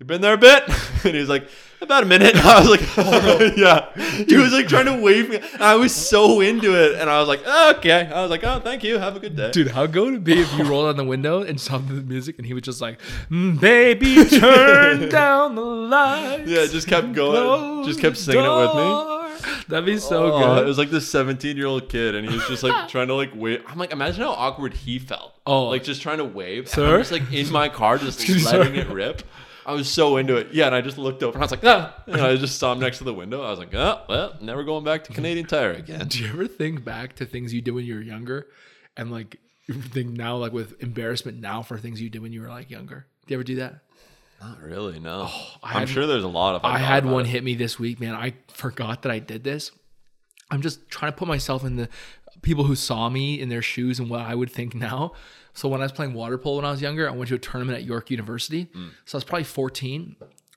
S2: you've been there a bit and he was like about a minute i was like yeah he was like trying to wave me and i was so into it and i was like okay i was like oh thank you have a good day
S1: Dude, how good would it be if you rolled out the window and stopped the music and he was just like, "Mm, baby, turn down the lights.
S2: yeah just kept going
S1: close
S2: just kept singing it with me
S1: the door." That'd be so
S2: Oh, It
S1: good.
S2: was like this 17 year old kid, and he was just like trying to like wave. I'm like, imagine how awkward he felt.
S1: Oh.
S2: like just trying to wave. and
S1: Sir?
S2: I'm just like in my car, just
S1: me,
S2: letting
S1: sir.
S2: it rip. I was so into it. Yeah, and I just looked over and I was like, ah. And I just saw him next to the window. I was like, ah, well, never going back to Canadian Tire again.
S1: Do you ever think back to things you did when you were younger, and like you think now, like with embarrassment now for things you did when you were like younger? Do you ever do that?
S2: Not really, no.
S1: Oh, I
S2: I'm
S1: had-
S2: sure there's a lot of. oh,
S1: I had one hit me this week, man. I forgot that I did this. I'm just trying to put myself in the people who saw me in their shoes and what I would think now. So when I was playing water polo when I was younger, I went to a tournament at York University. So I was probably 14.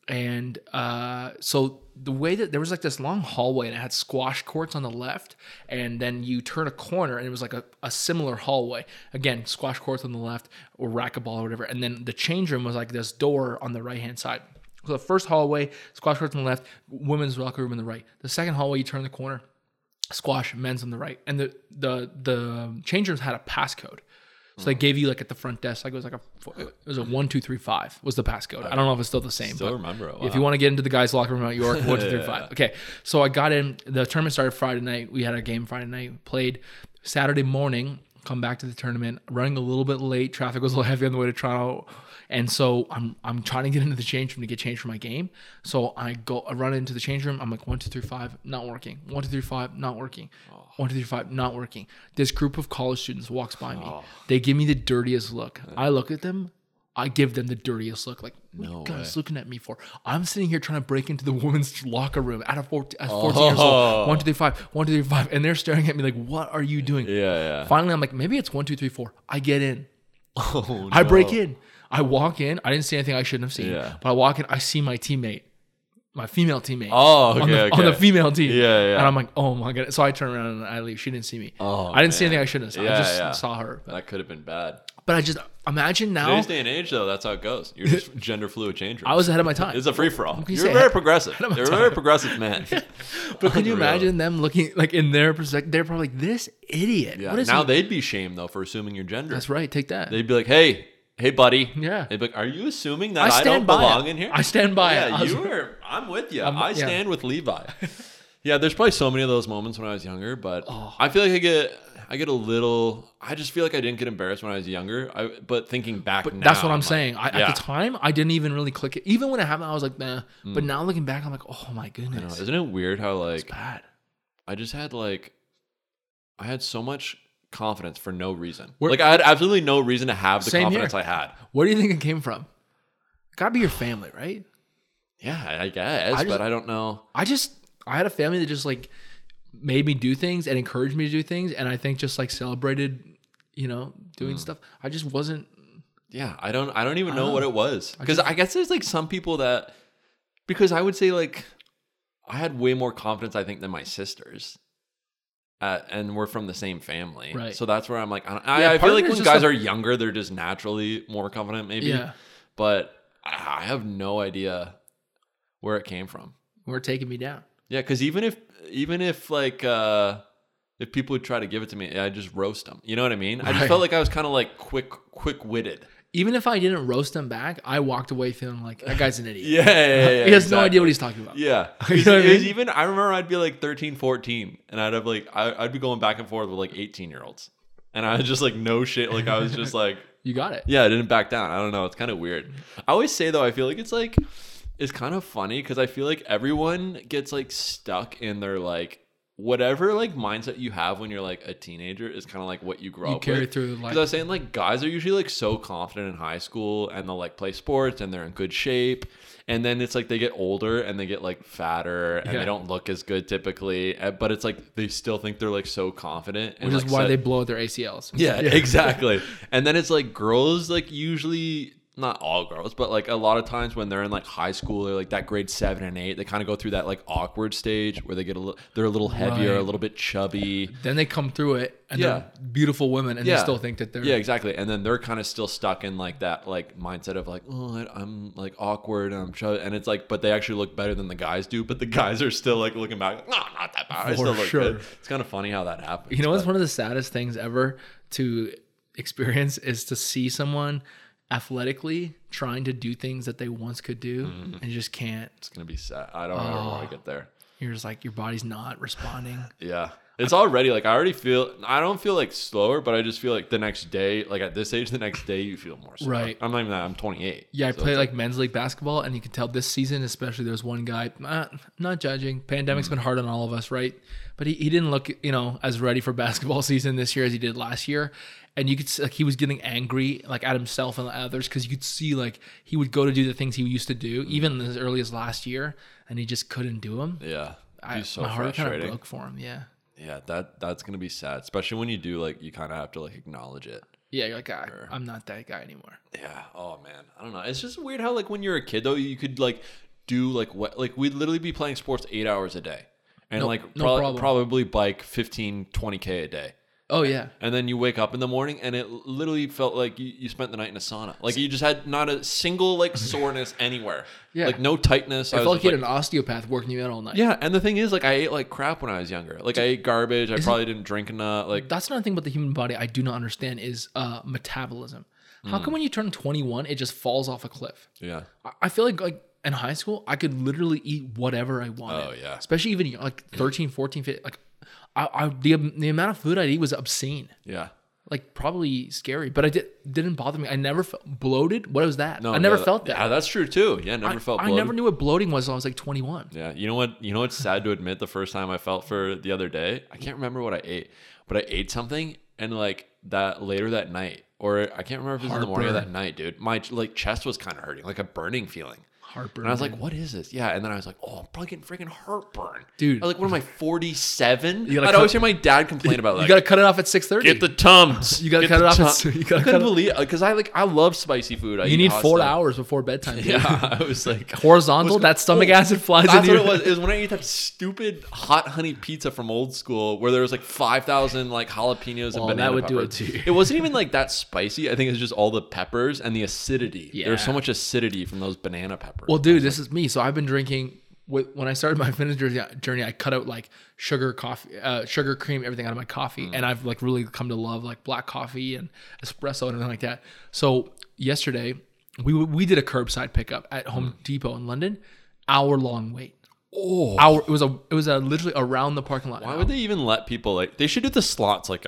S1: And uh, so the way that there was like this long hallway and it had squash courts on the left, and then you turn a corner and it was like a, a similar hallway. Again, squash courts on the left or racquetball or whatever. And then the change room was like this door on the right hand side. So the first hallway, squash courts on the left, women's locker room on the right. The second hallway, you turn the corner, squash, men's on the right. And the the the change rooms had a passcode. So they gave you like at the front desk, like it was like a it was a one, two, three, five was the passcode. I don't know if it's still the same.
S2: Still
S1: but
S2: remember it.
S1: if you want to get into the guys' locker room at York, one, two, three, five. Okay. So I got in. The tournament started Friday night. We had a game Friday night. Played Saturday morning. Come back to the tournament. Running a little bit late. Traffic was a little heavy on the way to Toronto, and so I'm I'm trying to get into the change room to get changed for my game. So I go I run into the change room. I'm like one, two, three, five, not working. One, two, three, five, not working. One, two, three, five, not working. This group of college students walks by me. They give me the dirtiest look. I look at them. I give them the dirtiest look. Like, what are you guys looking at me for? I'm sitting here trying to break into the women's locker room at a 14, at 14 years
S2: Oh.
S1: old. One, two, three, five, one, two, three, five. And they're staring at me like, what are you doing?
S2: Yeah, yeah.
S1: Finally, I'm like, maybe it's one, two, three, four. I get in.
S2: Oh,
S1: I break
S2: no.
S1: in. I walk in. I didn't see anything I shouldn't have seen.
S2: Yeah.
S1: But I walk in. I see my teammate, my female teammate.
S2: Oh, okay,
S1: on, the,
S2: okay.
S1: on the female team.
S2: Yeah, yeah.
S1: And I'm like, oh my god. So I turn around and I leave. She didn't see me.
S2: Oh,
S1: I didn't see
S2: man.
S1: anything I shouldn't have. seen.
S2: Yeah,
S1: I just
S2: yeah.
S1: saw her. But,
S2: That could have been bad.
S1: but I just imagine now.
S2: Today's day and age, though, that's how it goes. You're just gender fluid change.
S1: I was ahead of my time.
S2: It's a free for all.
S1: you
S2: You're
S1: say?
S2: very progressive.
S1: of my
S2: You're a very
S1: time.
S2: progressive man.
S1: But could you
S2: Unreal.
S1: imagine them looking like in their perspective? They're probably like, this idiot.
S2: Yeah.
S1: What is
S2: Now
S1: he?
S2: they'd be shamed though for assuming your gender.
S1: That's right. Take that.
S2: They'd be like, "Hey, hey, buddy."
S1: Yeah.
S2: They'd be like, "Are you assuming
S1: I
S2: that I,
S1: stand
S2: don't
S1: by
S2: belong
S1: it.
S2: in here?"
S1: I stand by it.
S2: Yeah,
S1: I was-
S2: you are. I'm with you.
S1: I'm-
S2: I
S1: yeah.
S2: stand with Levi. yeah, there's probably so many of those moments when I was younger, but
S1: Oh.
S2: I feel like I get, I get a little. I just feel like I didn't get embarrassed when I was younger. I, but thinking back, now,
S1: That's what I'm
S2: like,
S1: saying. I,
S2: yeah.
S1: At the time, I didn't even really click it. Even when it happened, I was like, nah. But now looking back, I'm like, oh my
S2: You Mm. know,
S1: goodness,
S2: Isn't it weird how like
S1: bad.
S2: I just had like I had so much confidence for no reason.
S1: We're-
S2: like I had absolutely no reason to have the
S1: Same
S2: confidence
S1: here.
S2: I had.
S1: Where do you think it came from? Gotta be your family, right?
S2: Yeah, I guess,
S1: I just-
S2: but I don't know.
S1: I just I had a family that just like made me do things and encouraged me to do things, and I think just like celebrated, you know, doing
S2: Mm.
S1: stuff. I just wasn't.
S2: Yeah, I don't I don't even know what it was. Cuz I guess there's like some people that because I would say like I had way more confidence I think than my sisters. Uh, and we're from the same family.
S1: Right.
S2: So that's where I'm like I, don't- I,
S1: Yeah,
S2: I
S1: part
S2: feel
S1: of
S2: like
S1: it is
S2: when
S1: just
S2: guys
S1: the-
S2: are younger they're just naturally more confident maybe.
S1: Yeah,
S2: But I I have no idea where it came from.
S1: were taking me down.
S2: Yeah, because even if even if like uh if people would try to give it to me, I just roast them. You know what I mean? I just
S1: Right.
S2: felt like I was kind of like quick quick witted.
S1: Even if I didn't roast them back, I walked away feeling like that guy's an idiot.
S2: Yeah, yeah, yeah, yeah,
S1: he has no
S2: exactly.
S1: idea what he's talking about.
S2: Yeah,
S1: You know what I
S2: It was
S1: mean?
S2: even I remember I'd be like 13, 14, and I'd have like I, I'd be going back and forth with like eighteen year olds, and I was just like no shit, like I was just like
S1: You got it.
S2: yeah, I didn't back down. I don't know, it's kind of weird. I always say though, I feel like it's like it's kind of funny because I feel like everyone gets like stuck in their like whatever like mindset you have when you're like a teenager is kind of like what you grow
S1: You
S2: up
S1: carry
S2: with.
S1: through the
S2: Because I
S1: life.
S2: was saying, like, guys are usually like so confident in high school and they'll like play sports and they're in good shape. And then it's like they get older and they get like fatter and
S1: Yeah.
S2: they don't look as good typically. Uh, But it's like they still think they're like so confident. And,
S1: Which is
S2: like,
S1: why
S2: so-
S1: they blow out their ACLs.
S2: yeah, exactly. And then it's like girls, like usually not all girls, but like a lot of times when they're in like high school or like that grade seven and eight, they kind of go through that like awkward stage where they get a little, they're a little heavier,
S1: Right.
S2: a little bit chubby.
S1: Then they come through it and they're beautiful women and
S2: Yeah.
S1: they still think that they're
S2: Yeah, exactly. And then they're kind of still stuck in like that like mindset of like, oh, I- I'm like awkward, I'm chubby, and it's like, but they actually look better than the guys do. But the guys are still like looking back, no, not that bad. I
S1: For
S2: still look
S1: sure.
S2: good. It's kind of funny how that happens.
S1: You know what's
S2: but-
S1: one of the saddest things ever to experience is to see someone athletically trying to do things that they once could do
S2: Mm-hmm.
S1: and you just can't.
S2: It's gonna be sad. I don't ever
S1: Ah.
S2: want to get there.
S1: You're just like your body's not responding.
S2: Yeah. It's already like I already feel I don't feel like slower, but I just feel like the next day, like at this age, the next day you feel more slow.
S1: Right.
S2: I'm not even that. I'm 28.
S1: Yeah, I
S2: So
S1: play
S2: it's
S1: like men's league basketball, and you can tell this season, especially there's one guy. Uh, not judging, pandemic's
S2: Mm.
S1: been hard on all of us, right? But he, he didn't look, you know, as ready for basketball season this year as he did last year, and you could s- like he was getting angry like at himself and others because you could see like he would go to do the things he used to do even as early as last year, and he just couldn't do them.
S2: yeah. Mm. It'd
S1: I,
S2: be so
S1: my heart kind of
S2: frustrating.
S1: broke for him. Yeah,
S2: Yeah, that that's gonna be sad, especially when you do like you kind of have to like acknowledge it.
S1: yeah, you're like I, I'm not that guy anymore.
S2: Yeah. Oh man, I don't know. It's just weird how like when you're a kid though, you could like do like what like we'd literally be playing sports eight hours a day, and
S1: No-
S2: like
S1: no
S2: prob-
S1: problem.
S2: probably bike 15, 20 k a day.
S1: Oh yeah,
S2: And then you wake up in the morning, and it literally felt like you, you spent the night in a sauna. Like you just had not a single like soreness anywhere.
S1: Yeah.
S2: Like no tightness.
S1: I,
S2: was
S1: felt like
S2: just
S1: he had an osteopath working you out all night.
S2: yeah, and the thing is, like, I ate like crap when I was younger. Like, I ate garbage. I probably didn't drink enough. Like,
S1: that's another thing about the human body I do not understand is uh, metabolism. How
S2: Mm.
S1: come when you turn 21, it just falls off a cliff?
S2: yeah,
S1: I- I feel like like in high school, I could literally eat whatever I wanted.
S2: Oh, yeah.
S1: Especially even like 13, 14, 15, like I, I the um, the amount of food I'd eat was obscene.
S2: yeah.
S1: Like probably scary, but I did didn't bother me. I never felt bloated. What was that?
S2: No,
S1: I never
S2: yeah,
S1: felt that.
S2: Yeah, that's true too. Yeah, never
S1: I,
S2: felt.
S1: I
S2: bloated.
S1: never knew what bloating was until I was like 21.
S2: Yeah, you know what? You know what's sad to admit? The first time I felt for the other day, I can't remember what I ate, but I ate something, and like that later that night, or I can't remember if it was in the morning or that
S1: Heartburn.
S2: night, dude. My like chest was kind of hurting, like a burning feeling.
S1: Heartburn.
S2: And I was like, "What is this?" Yeah, and then I was like, "Oh, I'm probably getting freaking heartburn,
S1: Dude.
S2: I was like, "What am I, 47?" I'd
S1: gotta cut-
S2: always hear my dad complain about like,
S1: you gotta cut it off at 6:30.
S2: get the tums.
S1: You gotta cut
S2: Get the
S1: it off
S2: tum-
S1: as soon- you gotta
S2: I
S1: cut
S2: couldn't
S1: it-
S2: believe because I like I love spicy food. I
S1: you
S2: eat
S1: need
S2: hot
S1: four
S2: stuff.
S1: hours before bedtime. dude.
S2: Yeah, I was like
S1: Horizontal,
S2: Was-
S1: that stomach
S2: oh,
S1: acid flies
S2: That's
S1: into
S2: what it
S1: your-
S2: was. It was when I ate that stupid hot honey pizza from old school, where there was like five thousand like jalapenos
S1: Well,
S2: and banana
S1: Oh, that would do
S2: peppers.
S1: it to you.
S2: It wasn't even like that spicy. I think it was just all the peppers and the acidity.
S1: Yeah.
S2: There's so much acidity from those banana peppers.
S1: Well, dude, this is me. So I've been drinking. with- When I started my fitness journey, journey, I cut out like sugar, coffee, uh, sugar, cream, everything out of my coffee, and I've like really come to love like black coffee and espresso and everything like that. So yesterday, we we did a curbside pickup at Home Depot in London, hour long wait.
S2: oh,
S1: Hour it was a it was a literally around the parking lot.
S2: why would they even let people like? They should do the slots like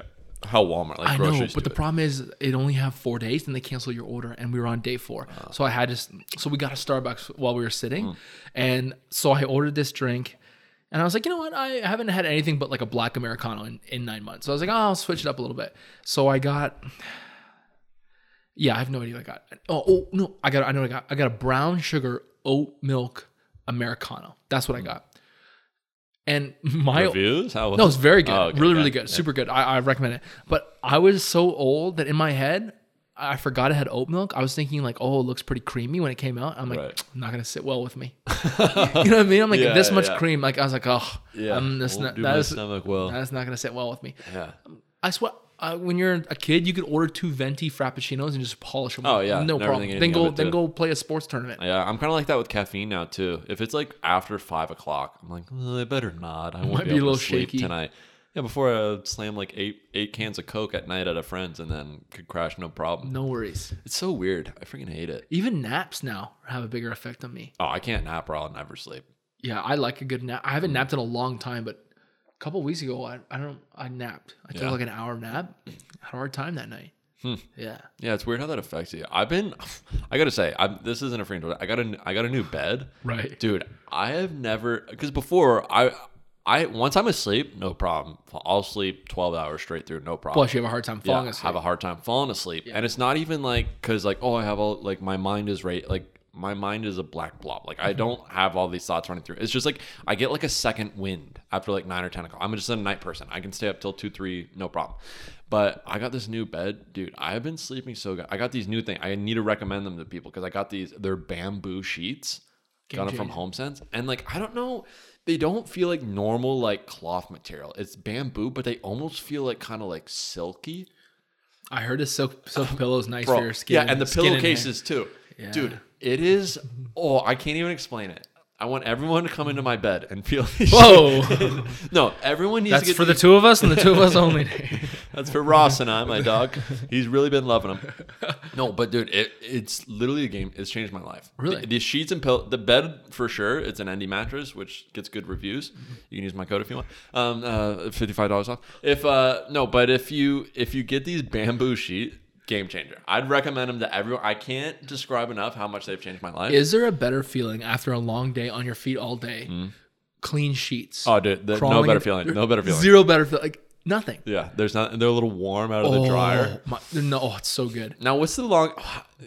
S2: how Walmart like
S1: I
S2: groceries
S1: know, but
S2: do
S1: the
S2: it.
S1: problem is it only have four days, and they cancel your order, and we were on day four,
S2: Ah.
S1: so I had to. s- So we got a Starbucks while we were sitting,
S2: Hmm.
S1: and so I ordered this drink, and I was like, you know what, I haven't had anything but like a black americano in, in nine months, so I was like, oh, I'll switch it up a little bit. So I got, yeah, I have no idea what I got. Oh, oh no, I got, I know what I got. I got a brown sugar oat milk americano. That's
S2: Hmm.
S1: what I got. And my
S2: reviews. How
S1: no, it's very good.
S2: Oh, okay,
S1: really,
S2: yeah,
S1: really good. Super good. I, I recommend it. But I was so old that in my head, I forgot it had oat milk. I was thinking like, oh, it looks pretty creamy when it came out. I'm like,
S2: Right.
S1: not gonna sit well with me. you know what I mean? I'm like,
S2: Yeah,
S1: this much
S2: yeah.
S1: cream. Like I was like, oh,
S2: Yeah,
S1: yeah, I'm this
S2: won't
S1: not,
S2: do
S1: that
S2: my
S1: is
S2: stomach well.
S1: that is not gonna sit well with me.
S2: yeah.
S1: I swear. Uh, when you're a kid, you could order two venti frappuccinos and just polish them.
S2: Oh,
S1: up.
S2: yeah,
S1: no
S2: never think
S1: problem. Then
S2: anything
S1: go,
S2: of it,
S1: then
S2: too.
S1: go play a sports tournament.
S2: Yeah, I'm kind of like that with caffeine now too. If it's like after five o'clock, I'm like, "Well, I better not. I won't
S1: Might
S2: be,
S1: be a
S2: able
S1: little
S2: to sleep
S1: shaky.
S2: tonight. Yeah, before I slam like eight eight cans of Coke at night at a friend's and then could crash no problem.
S1: No worries.
S2: It's so weird. I freaking hate it.
S1: Even naps now have a bigger effect on me.
S2: Oh, I can't nap or I'll never sleep.
S1: Yeah, I like a good nap. I
S2: Mm.
S1: haven't napped in a long time, but a couple weeks ago, I, I don't I napped. I took
S2: Yeah. Hmm.
S1: like an hour nap. Had a hard time that night. Yeah.
S2: Yeah, it's weird how that affects you. I've been, I gotta say, I'm, this isn't a free. I got a, I got a new bed.
S1: Right.
S2: dude. I have never because before I, I once I'm asleep, no problem. I'll sleep twelve hours straight through, no problem.
S1: Plus, you have a hard time falling
S2: yeah,
S1: asleep.
S2: have a hard time falling asleep. And it's not even like because like oh I have all like my mind is right like my mind is a black blob. Like
S1: Mm-hmm.
S2: I don't have all these thoughts running through. It's just like I get like a second wind after like nine or ten o'clock. I'm just a night person. I can stay up till two three no problem. But I got this new bed, dude. I've been sleeping so good. I got these new thing. I need to recommend them to people because I got these. They're bamboo sheets. got them from HomeSense, and like I don't know. They don't feel like normal like cloth material. It's bamboo, but they almost feel like kind of like silky.
S1: I heard a silk silk pillow's nice
S2: Bro,
S1: for your skin.
S2: Yeah, and the
S1: skin hair.
S2: pillowcases too. Dude, it is. Oh, I can't even explain it. I want everyone to come into my bed and feel. these-
S1: Whoa.
S2: no, everyone needs to
S1: That's
S2: get
S1: for the
S2: these-
S1: two of us and the two of us only. Dave.
S2: That's for Ross and I, my dog. He's really been loving them. No, but dude, it, it's literally a game. It's changed my life.
S1: Really?
S2: The, the sheets and pillow, the bed for sure. It's an Endy mattress, which gets good reviews. You can use my code if you want. Um, uh, fifty-five dollars off. If uh, no, but if you if you get these bamboo sheet, game changer. I'd recommend them to everyone. I can't describe enough how much they've changed my life.
S1: Is there a better feeling after a long day on your feet all day? Clean sheets.
S2: Hmm. oh, dude, the, no
S1: Crawling
S2: better
S1: into-
S2: feeling. No better feeling.
S1: Zero better feeling. Like nothing.
S2: Yeah, there's not. They're a little warm out of the dryer.
S1: Oh, my, no, oh, it's so good.
S2: Now, what's the long?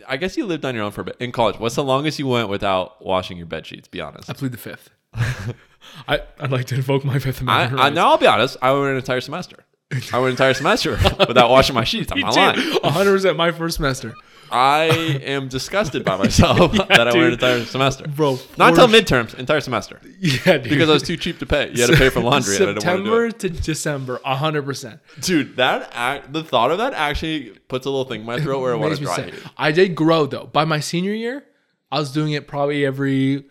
S2: I guess you lived on your own for a bit in college. What's the longest you went without washing your bed sheets? Be honest.
S1: I plead the fifth. I, I'd like to invoke my fifth
S2: I,
S1: amendment.
S2: I,
S1: rights.
S2: now I'll be honest. I went an entire semester. I went an entire semester without washing my sheets. I'm
S1: Me
S2: not
S1: too.
S2: lying.
S1: 100% my first semester.
S2: I am disgusted by myself that I went an
S1: dude.
S2: entire semester,
S1: Bro,
S2: Not
S1: for
S2: until midterms, entire semester,
S1: Yeah, dude.
S2: because I was too cheap to pay. You had to pay for laundry. and I didn't want to do
S1: September to December,
S2: it.
S1: 100%.
S2: dude. That act, the thought of that actually puts a little thing in my throat where I want
S1: Makes
S2: to
S1: me
S2: dry.
S1: sick.
S2: it.
S1: I did grow though. By my senior year, I was doing it probably every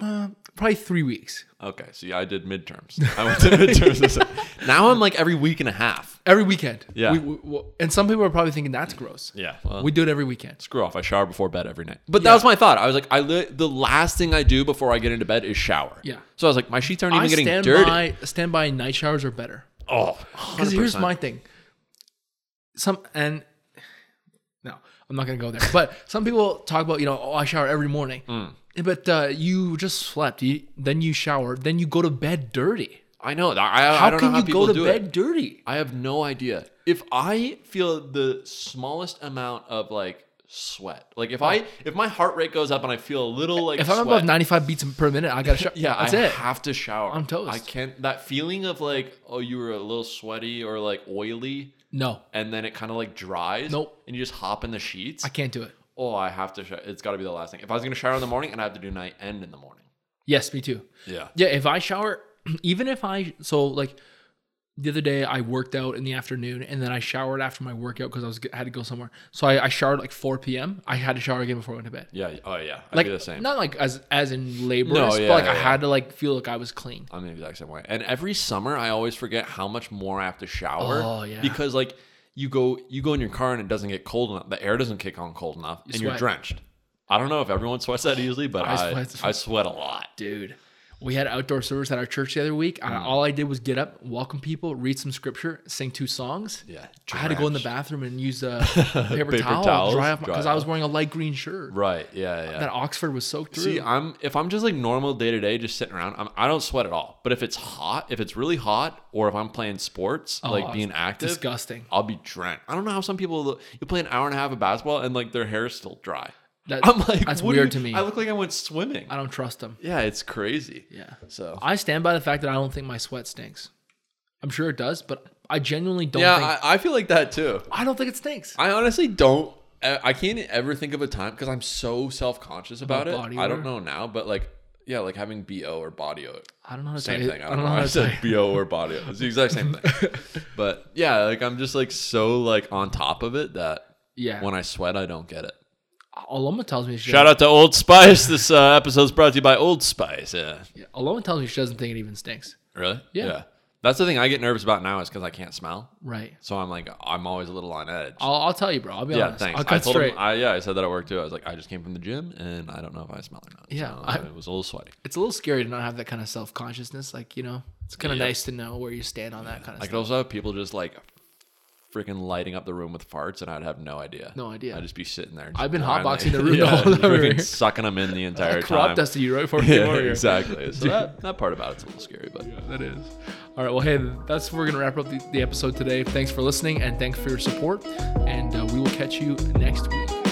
S1: uh, probably three weeks.
S2: Okay, see, I did midterms. I went to midterms. this- now I'm like every week and a half.
S1: Every weekend.
S2: Yeah.
S1: We, we- we- and some people are probably thinking that's gross.
S2: Yeah. Well,
S1: We do it every weekend.
S2: screw off. I shower before bed every night. But that was my thought. I was like, I li- the last thing I do before I get into bed is shower.
S1: Yeah.
S2: So I was like, my sheets aren't even
S1: I
S2: getting
S1: stand
S2: dirty.
S1: by stand by night showers are better.
S2: oh,
S1: Because here's
S2: 100%.
S1: my thing. Some and no, I'm not gonna go there. But some people talk about you know oh I shower every morning,
S2: Hmm.
S1: but uh, you just slept. You, then you shower. Then you go to bed dirty.
S2: I know. I, I,
S1: How
S2: I don't
S1: can
S2: know how
S1: you
S2: people
S1: go to
S2: do
S1: bed
S2: It.
S1: dirty?
S2: I have no idea. If I feel the smallest amount of like sweat, like if I if my heart rate goes up and I feel a little like
S1: Oh. If I'm
S2: sweat,
S1: above 95 beats per minute, I gotta shower.
S2: Yeah,
S1: that's
S2: I
S1: it.
S2: have to shower.
S1: I'm toast.
S2: I can't. That feeling of like, oh, you were a little sweaty or like oily,
S1: No,
S2: and then it kind of like dries.
S1: Nope.
S2: And you just hop in the sheets.
S1: I can't do it.
S2: oh, I have to. Sh- it's got to be the last thing. If I was gonna shower in the morning, and I have to do night and in the morning.
S1: Yes, me too.
S2: Yeah.
S1: Yeah, if I shower, even if I so like the other day I worked out in the afternoon and then I showered after my workout because I was had to go somewhere. So I, I showered like 4 p.m. I had to shower again before I went to bed.
S2: Yeah. Oh yeah. I'd
S1: Like
S2: be the same.
S1: not like as as in labor,
S2: No,
S1: but
S2: yeah,
S1: like
S2: yeah,
S1: I
S2: yeah.
S1: had to like feel like I was clean.
S2: I'm the exact same way. And every summer, I always forget how much more I have to shower.
S1: Oh, yeah.
S2: Because like you go you go in your car and it doesn't get cold enough. The air doesn't kick on cold enough, and you're
S1: sweat.
S2: drenched. I don't know if everyone sweats that easily, but I I
S1: sweat.
S2: sweat, a lot.
S1: Dude, we had outdoor service at our church the other week.
S2: Mm.
S1: I, all I did was get up, welcome people, read some scripture, sing two songs.
S2: Yeah.
S1: I had to go in the
S2: drenched.
S1: bathroom and use a paper,
S2: Paper
S1: towel
S2: towels,
S1: to dry off
S2: dry
S1: because I was wearing a light green shirt
S2: Right. Yeah. Yeah.
S1: that Oxford was soaked through.
S2: See, I'm if I'm just like normal day to day, just sitting around, I'm, I don't sweat at all. But if it's hot, if it's really hot, or if I'm playing sports, like being
S1: Oh,
S2: active,
S1: disgusting.
S2: I'll be drenched. I don't know how some people you play an hour and a half of basketball and like their hair is still dry.
S1: That-
S2: I'm like,
S1: that's
S2: what do
S1: weird
S2: you-
S1: to me.
S2: I
S1: I,
S2: look like I went swimming.
S1: don't trust them.
S2: yeah, it's crazy.
S1: Yeah.
S2: So
S1: I stand by the fact that I don't think my sweat stinks. I'm sure it does, but I genuinely don't
S2: yeah,
S1: think I,
S2: I, I feel like that too.
S1: don't think it stinks.
S2: I honestly don't. e, I I can't ever think of a time because I'm so self conscious about it.
S1: body
S2: I don't
S1: odor?
S2: know now, but like, yeah, like having bo or body odor.
S1: I don't know how to
S2: Same
S1: tell you.
S2: thing. I don't, know. why I said bo or body. odor. It's the exact same thing. But yeah, like I'm just like so like on top of it that
S1: Yeah.
S2: when I sweat, I don't get it.
S1: Aloma tells me she
S2: Shout out to Old Spice. This uh, episode's brought to you by Old Spice. Yeah.
S1: doesn't- Aloma tells me she doesn't think it even stinks.
S2: Really?
S1: Yeah.
S2: That's the thing I get nervous about now is because I can't smell.
S1: Right.
S2: So I'm like, I'm always a little on edge.
S1: I'll, I'll tell you, bro. I'll be
S2: yeah,
S1: honest.
S2: thanks.
S1: I'll
S2: I
S1: cut
S2: told
S1: straight.
S2: him. I, yeah, I said that at work too. I was like, I just came from the gym and I don't know if I smell or not.
S1: Yeah,
S2: So
S1: I-
S2: it was a little sweaty.
S1: it's a little scary to not have that kind of self consciousness. Like you know, it's kind of
S2: Yeah.
S1: nice to know where you stand on that kind of
S2: I could
S1: stuff.
S2: also have people just like freaking lighting up the room with farts, and I'd have no idea.
S1: No idea.
S2: I'd just be sitting there.
S1: I've been
S2: blindly-
S1: hotboxing the room the whole
S2: just
S1: time we were
S2: freaking
S1: here.
S2: sucking them in the entire
S1: I corrupt
S2: time.
S1: us to you right before we came
S2: Yeah,
S1: over here.
S2: exactly. So that, that part about it's a little scary, but
S1: That is. All right. Well, hey, that's we're gonna wrap up the, the episode today. Thanks for listening and thanks for your support. And uh, we will catch you next week.